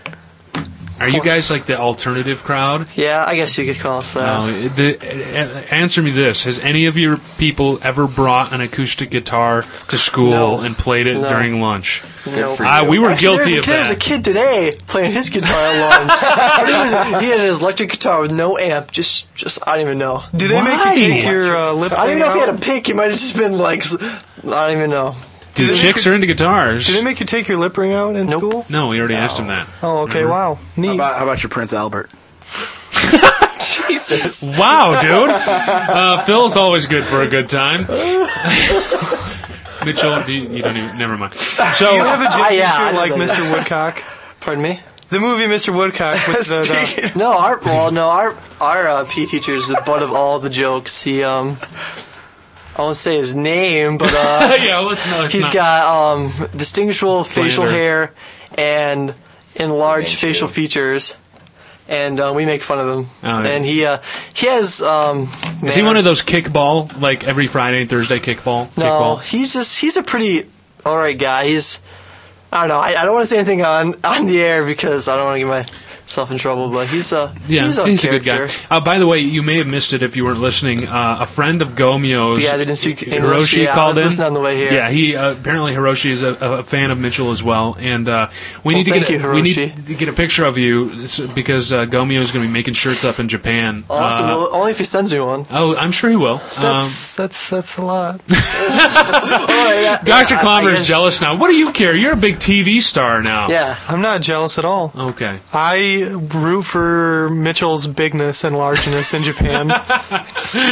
[SPEAKER 2] Are you guys like the alternative crowd?
[SPEAKER 3] yeah. I guess you could call us that.
[SPEAKER 2] No, it- the, a- answer me this: Has any of your people ever brought an acoustic guitar to school
[SPEAKER 3] No.
[SPEAKER 2] and played it
[SPEAKER 3] No.
[SPEAKER 2] during lunch?
[SPEAKER 3] Nope.
[SPEAKER 9] for
[SPEAKER 10] Ah,
[SPEAKER 2] Uh, we were
[SPEAKER 3] Actually,
[SPEAKER 2] guilty of
[SPEAKER 3] there's a kid, There's a
[SPEAKER 2] that.
[SPEAKER 3] kid today playing his guitar at lunch. he, was- he had his electric guitar with no amp. Just, just I don't even know.
[SPEAKER 10] Do they make
[SPEAKER 2] Why?
[SPEAKER 10] you take your uh, lip?
[SPEAKER 3] I don't even
[SPEAKER 10] thing
[SPEAKER 3] know if he
[SPEAKER 10] out?
[SPEAKER 3] had a pick. He might have just been like, s- I don't even know.
[SPEAKER 2] Dude,
[SPEAKER 10] they
[SPEAKER 2] chicks
[SPEAKER 10] make-
[SPEAKER 2] are into guitars.
[SPEAKER 10] Do they make you take your lip ring out in
[SPEAKER 3] Nope.
[SPEAKER 10] school?
[SPEAKER 2] no, we already asked him that.
[SPEAKER 10] Oh, okay. Wow.
[SPEAKER 4] How
[SPEAKER 10] Neat.
[SPEAKER 4] about, how about your Prince Albert?
[SPEAKER 3] Jesus.
[SPEAKER 2] Wow, dude. Uh, Phil's always good for a good time. Mitchell, do you, you don't even. Never mind. So,
[SPEAKER 10] Do you have a gym
[SPEAKER 3] Ah, yeah, I
[SPEAKER 10] teacher
[SPEAKER 3] know
[SPEAKER 10] like
[SPEAKER 3] that.
[SPEAKER 10] Mr. Woodcock?
[SPEAKER 3] Pardon me.
[SPEAKER 10] The movie Mr. Woodcock with the, the
[SPEAKER 4] Speaking-
[SPEAKER 3] No, our well, no, our our uh, P teacher is the butt of all the jokes. He um, I won't say his name, but uh,
[SPEAKER 2] yeah, let's know. It's
[SPEAKER 3] he's
[SPEAKER 2] not-
[SPEAKER 3] got um distinguishable facial
[SPEAKER 2] Slander.
[SPEAKER 3] hair and enlarged
[SPEAKER 9] Name
[SPEAKER 3] facial
[SPEAKER 9] too.
[SPEAKER 3] features, and uh, we make fun of him.
[SPEAKER 2] Oh, yeah.
[SPEAKER 3] And he uh, he has um.
[SPEAKER 2] Is he one of those kickball, like every Friday and Thursday kickball?
[SPEAKER 3] No,
[SPEAKER 2] kickball?
[SPEAKER 3] he's just he's a pretty all right guy. He's I don't know. I, I don't want to say anything on on the air because I don't want to get myself in trouble. But he's a
[SPEAKER 2] Yeah,
[SPEAKER 3] he's
[SPEAKER 2] he's
[SPEAKER 3] a
[SPEAKER 2] a,
[SPEAKER 3] character.
[SPEAKER 2] good guy. Uh, by the way, you may have missed it if you weren't listening. Uh, a friend of Gomio's,
[SPEAKER 3] The guy that didn't speak English.
[SPEAKER 2] Hiroshi
[SPEAKER 3] Yeah, I
[SPEAKER 2] called
[SPEAKER 3] was
[SPEAKER 2] in.
[SPEAKER 3] listening on the way here.
[SPEAKER 2] Yeah, he uh, apparently Hiroshi is a, a fan of Mitchell as well, and uh, we
[SPEAKER 3] Well,
[SPEAKER 2] need to
[SPEAKER 3] thank
[SPEAKER 2] get a,
[SPEAKER 3] you,
[SPEAKER 2] we need
[SPEAKER 3] Hiroshi.
[SPEAKER 2] to get a picture of you s- because uh, Gomio is going to be making shirts up in Japan.
[SPEAKER 3] Awesome.
[SPEAKER 2] Uh,
[SPEAKER 3] Well, only if he sends me one.
[SPEAKER 2] oh, I'm sure he will. Um,
[SPEAKER 3] That's that's that's a lot. Doctor
[SPEAKER 2] Dr. Clomber is jealous now. What do you care? You're a big TV star now.
[SPEAKER 3] Yeah.
[SPEAKER 10] I'm not jealous at all.
[SPEAKER 2] Okay.
[SPEAKER 10] I root for Mitchell's bigness and largeness in Japan.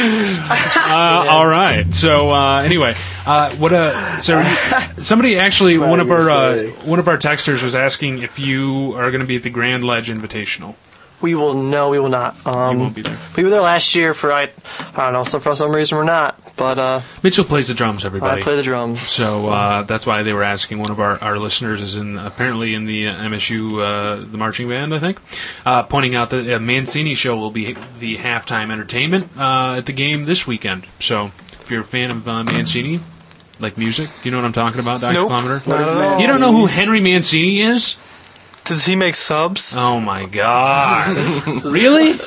[SPEAKER 2] Uh, All right. So uh, anyway, uh, what a so you- somebody actually one of
[SPEAKER 4] gonna
[SPEAKER 2] our uh,
[SPEAKER 4] say.
[SPEAKER 2] one of our texters was asking if you are going to be at the Grand Ledge Invitational.
[SPEAKER 3] We will no, we will not. Um,
[SPEAKER 2] won't be there.
[SPEAKER 3] We were there last year for I, I don't know. So for some reason we're not. But uh,
[SPEAKER 2] Mitchell plays the drums, everybody.
[SPEAKER 3] I play the drums.
[SPEAKER 2] so uh, that's why they were asking. One of our, our listeners is in apparently in the uh, MSU uh, the marching band, I think, uh, pointing out that uh, Mancini show will be the halftime entertainment uh, at the game this weekend. So if you're a fan of uh, Mancini, like music, you know what I'm talking about, Doctor
[SPEAKER 10] Nope.
[SPEAKER 2] Kilometer.
[SPEAKER 10] Not at all.
[SPEAKER 2] You don't know who Henry Mancini is?
[SPEAKER 10] Does he make subs?
[SPEAKER 2] Oh my god! really? You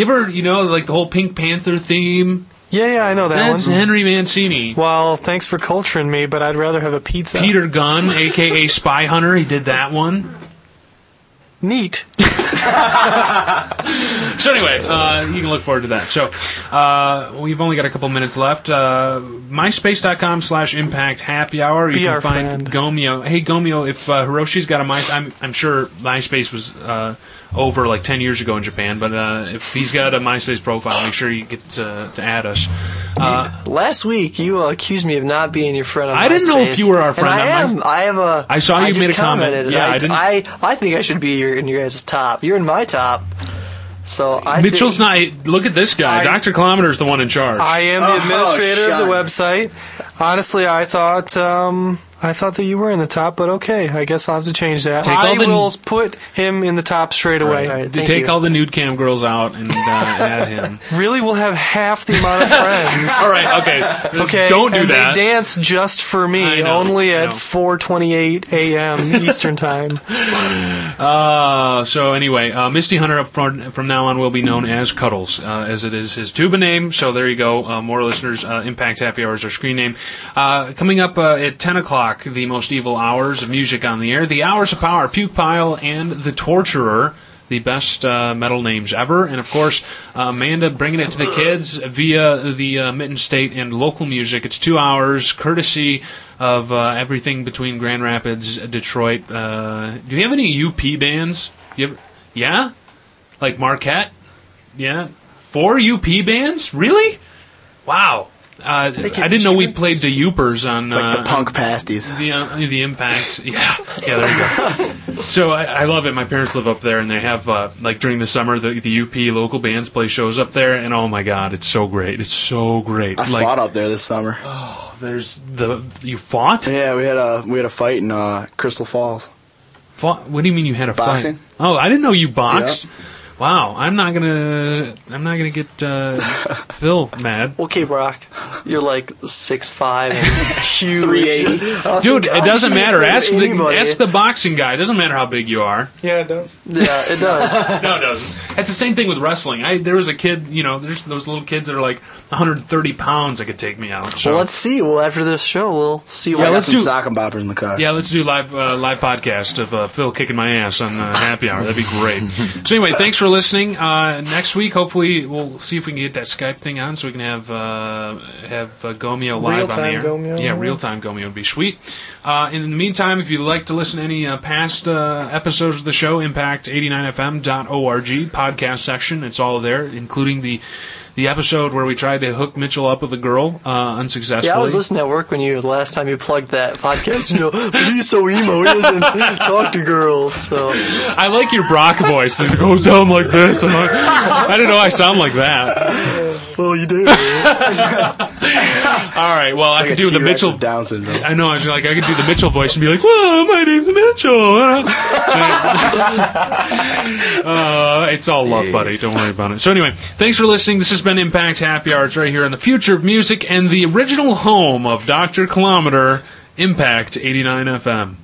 [SPEAKER 2] ever, you know, like the whole Pink Panther theme?
[SPEAKER 10] Yeah, yeah, I know that
[SPEAKER 2] That's
[SPEAKER 10] one.
[SPEAKER 2] Henry Mancini.
[SPEAKER 10] Well, thanks for culturing me, but I'd rather have a pizza.
[SPEAKER 2] Peter Gunn, aka Spy Hunter, he did that one.
[SPEAKER 10] Neat.
[SPEAKER 2] So anyway, uh, you can look forward to that. So uh, we've only got a couple minutes left. Uh, MySpace.com slash Impact Happy Hour. You
[SPEAKER 10] Be
[SPEAKER 2] can
[SPEAKER 10] our
[SPEAKER 2] find
[SPEAKER 10] friend.
[SPEAKER 2] Gomeo. Hey Gomeo, if uh, Hiroshi's got a My, I'm, I'm sure MySpace was uh, over like ten years ago in Japan. But uh, if he's got a MySpace profile, make sure you get to, to add us. Uh,
[SPEAKER 3] Last week, you uh, accused me of not being your friend. On
[SPEAKER 2] I didn't know if
[SPEAKER 3] MySpace,
[SPEAKER 2] you were our friend
[SPEAKER 3] And I
[SPEAKER 2] on
[SPEAKER 3] am. I have a.
[SPEAKER 2] I saw you
[SPEAKER 3] just
[SPEAKER 2] made a comment.
[SPEAKER 3] commented.
[SPEAKER 2] Yeah, I
[SPEAKER 3] I,
[SPEAKER 2] didn't-
[SPEAKER 3] I, I think I should be your, in your guys' top. You're in my top. So I.
[SPEAKER 2] Mitchell's
[SPEAKER 3] think,
[SPEAKER 2] not. Look at this guy.
[SPEAKER 10] I-
[SPEAKER 2] Dr. Kilometer's the one in charge.
[SPEAKER 10] I am the
[SPEAKER 4] Oh,
[SPEAKER 10] administrator of the
[SPEAKER 4] shut.
[SPEAKER 10] website. Honestly, I thought um,
[SPEAKER 3] I thought that you were in the top, but okay. I guess I'll have to change that.
[SPEAKER 2] Take all
[SPEAKER 3] I
[SPEAKER 2] the-
[SPEAKER 3] will put him in the top straight away.
[SPEAKER 2] They take all the nude cam girls out and uh, add him.
[SPEAKER 3] Really, we'll have half the amount of friends.
[SPEAKER 2] All right, okay.
[SPEAKER 3] Okay,
[SPEAKER 2] Don't do
[SPEAKER 3] and
[SPEAKER 2] that.
[SPEAKER 3] They dance just for me, only at 4:28 a.m. Eastern time.
[SPEAKER 2] Uh, so anyway, uh, Misty Hunter up front, from now on will be known as Cuddles, uh, as it is his tuba name. So there you go. Uh, more listeners, uh, Impact Happy Hours, our screen name. Uh, coming up uh, at 10 o'clock, the most evil hours of music on the air, the hours of power, Puke Pile, and the Torturer. The best uh, metal names ever, and of course, uh, Amanda bringing it to the kids via the uh, Mitten State and local music. It's two hours, courtesy of uh, everything between Grand Rapids, Detroit. Uh, do you have any UP bands? You ever, yeah, like Marquette. Yeah, four UP bands. Really? Wow. Uh,
[SPEAKER 4] They get
[SPEAKER 2] I didn't know we played the Upers on
[SPEAKER 4] It's like the
[SPEAKER 2] uh,
[SPEAKER 4] punk pasties.
[SPEAKER 2] the uh, the impact. Yeah, yeah. There you go. So I, I love it. My parents live up there, and they have uh, like during the summer the the UP local bands play shows up there, and oh my god, it's so great. It's so great.
[SPEAKER 4] I
[SPEAKER 2] like,
[SPEAKER 4] fought up there this summer.
[SPEAKER 2] Oh, there's the you fought?
[SPEAKER 4] Yeah, we had a we had a fight in uh, Crystal Falls.
[SPEAKER 2] Fought? What do you mean you had a
[SPEAKER 4] Boxing.
[SPEAKER 2] fight? Oh, I didn't know you boxed. Wow, I'm not gonna I'm not gonna get uh, Phil mad.
[SPEAKER 11] Okay, Brock, you're like six five, huge,
[SPEAKER 4] 380.
[SPEAKER 11] I don't
[SPEAKER 2] Dude,
[SPEAKER 11] think- I
[SPEAKER 2] it
[SPEAKER 11] don't
[SPEAKER 2] doesn't
[SPEAKER 11] think you
[SPEAKER 2] matter.
[SPEAKER 11] can
[SPEAKER 2] Ask the,
[SPEAKER 11] anybody.
[SPEAKER 2] ask the boxing guy. It doesn't matter how big you are.
[SPEAKER 3] Yeah, it does.
[SPEAKER 11] Yeah, it does.
[SPEAKER 2] no, it doesn't. It's the same thing with wrestling. I there was a kid, you know, there's those little kids that are like 130 pounds that could take me out. So
[SPEAKER 11] Well, let's see. Well, after this show, we'll see.
[SPEAKER 2] Yeah,
[SPEAKER 11] what-
[SPEAKER 2] let's do-
[SPEAKER 4] sock and boppers in the car.
[SPEAKER 2] yeah, let's do live uh, live podcast of uh, Phil kicking my ass on uh, Happy Hour. That'd be great. so anyway, thanks for listening. Uh, next week, hopefully, we'll see if we can get that Skype thing on so we can have uh, have uh, Gomeo live on the
[SPEAKER 3] Real-time
[SPEAKER 2] air.
[SPEAKER 3] Gomeo.
[SPEAKER 2] Yeah, real time Gomeo would be sweet. Uh, in the meantime, if you'd like to listen to any uh, past uh, episodes of the show, impact89fm.org podcast section. It's all there, including the. The episode where we tried to hook Mitchell up with a girl uh, unsuccessfully.
[SPEAKER 11] Yeah, I was listening at work when you last time you plugged that podcast. You know, but he's so emo, he doesn't talk to girls. So
[SPEAKER 2] I like your Brock voice that goes down like this. I'm like, I don't know. I sound like that.
[SPEAKER 11] well, you do.
[SPEAKER 2] All right. Well, I
[SPEAKER 4] like
[SPEAKER 2] could
[SPEAKER 4] a
[SPEAKER 2] do the
[SPEAKER 4] T-Rex
[SPEAKER 2] Mitchell.
[SPEAKER 4] with Down syndrome.
[SPEAKER 2] I know. I was like, I could do the Mitchell voice and be like, "Whoa, my name's Mitchell." uh, it's all love, buddy. Don't worry about it. So anyway, thanks for listening. This has been Impact Happy Hour. It's right here on the future of music and the original home of Doctor Kilometer, Impact 89 FM.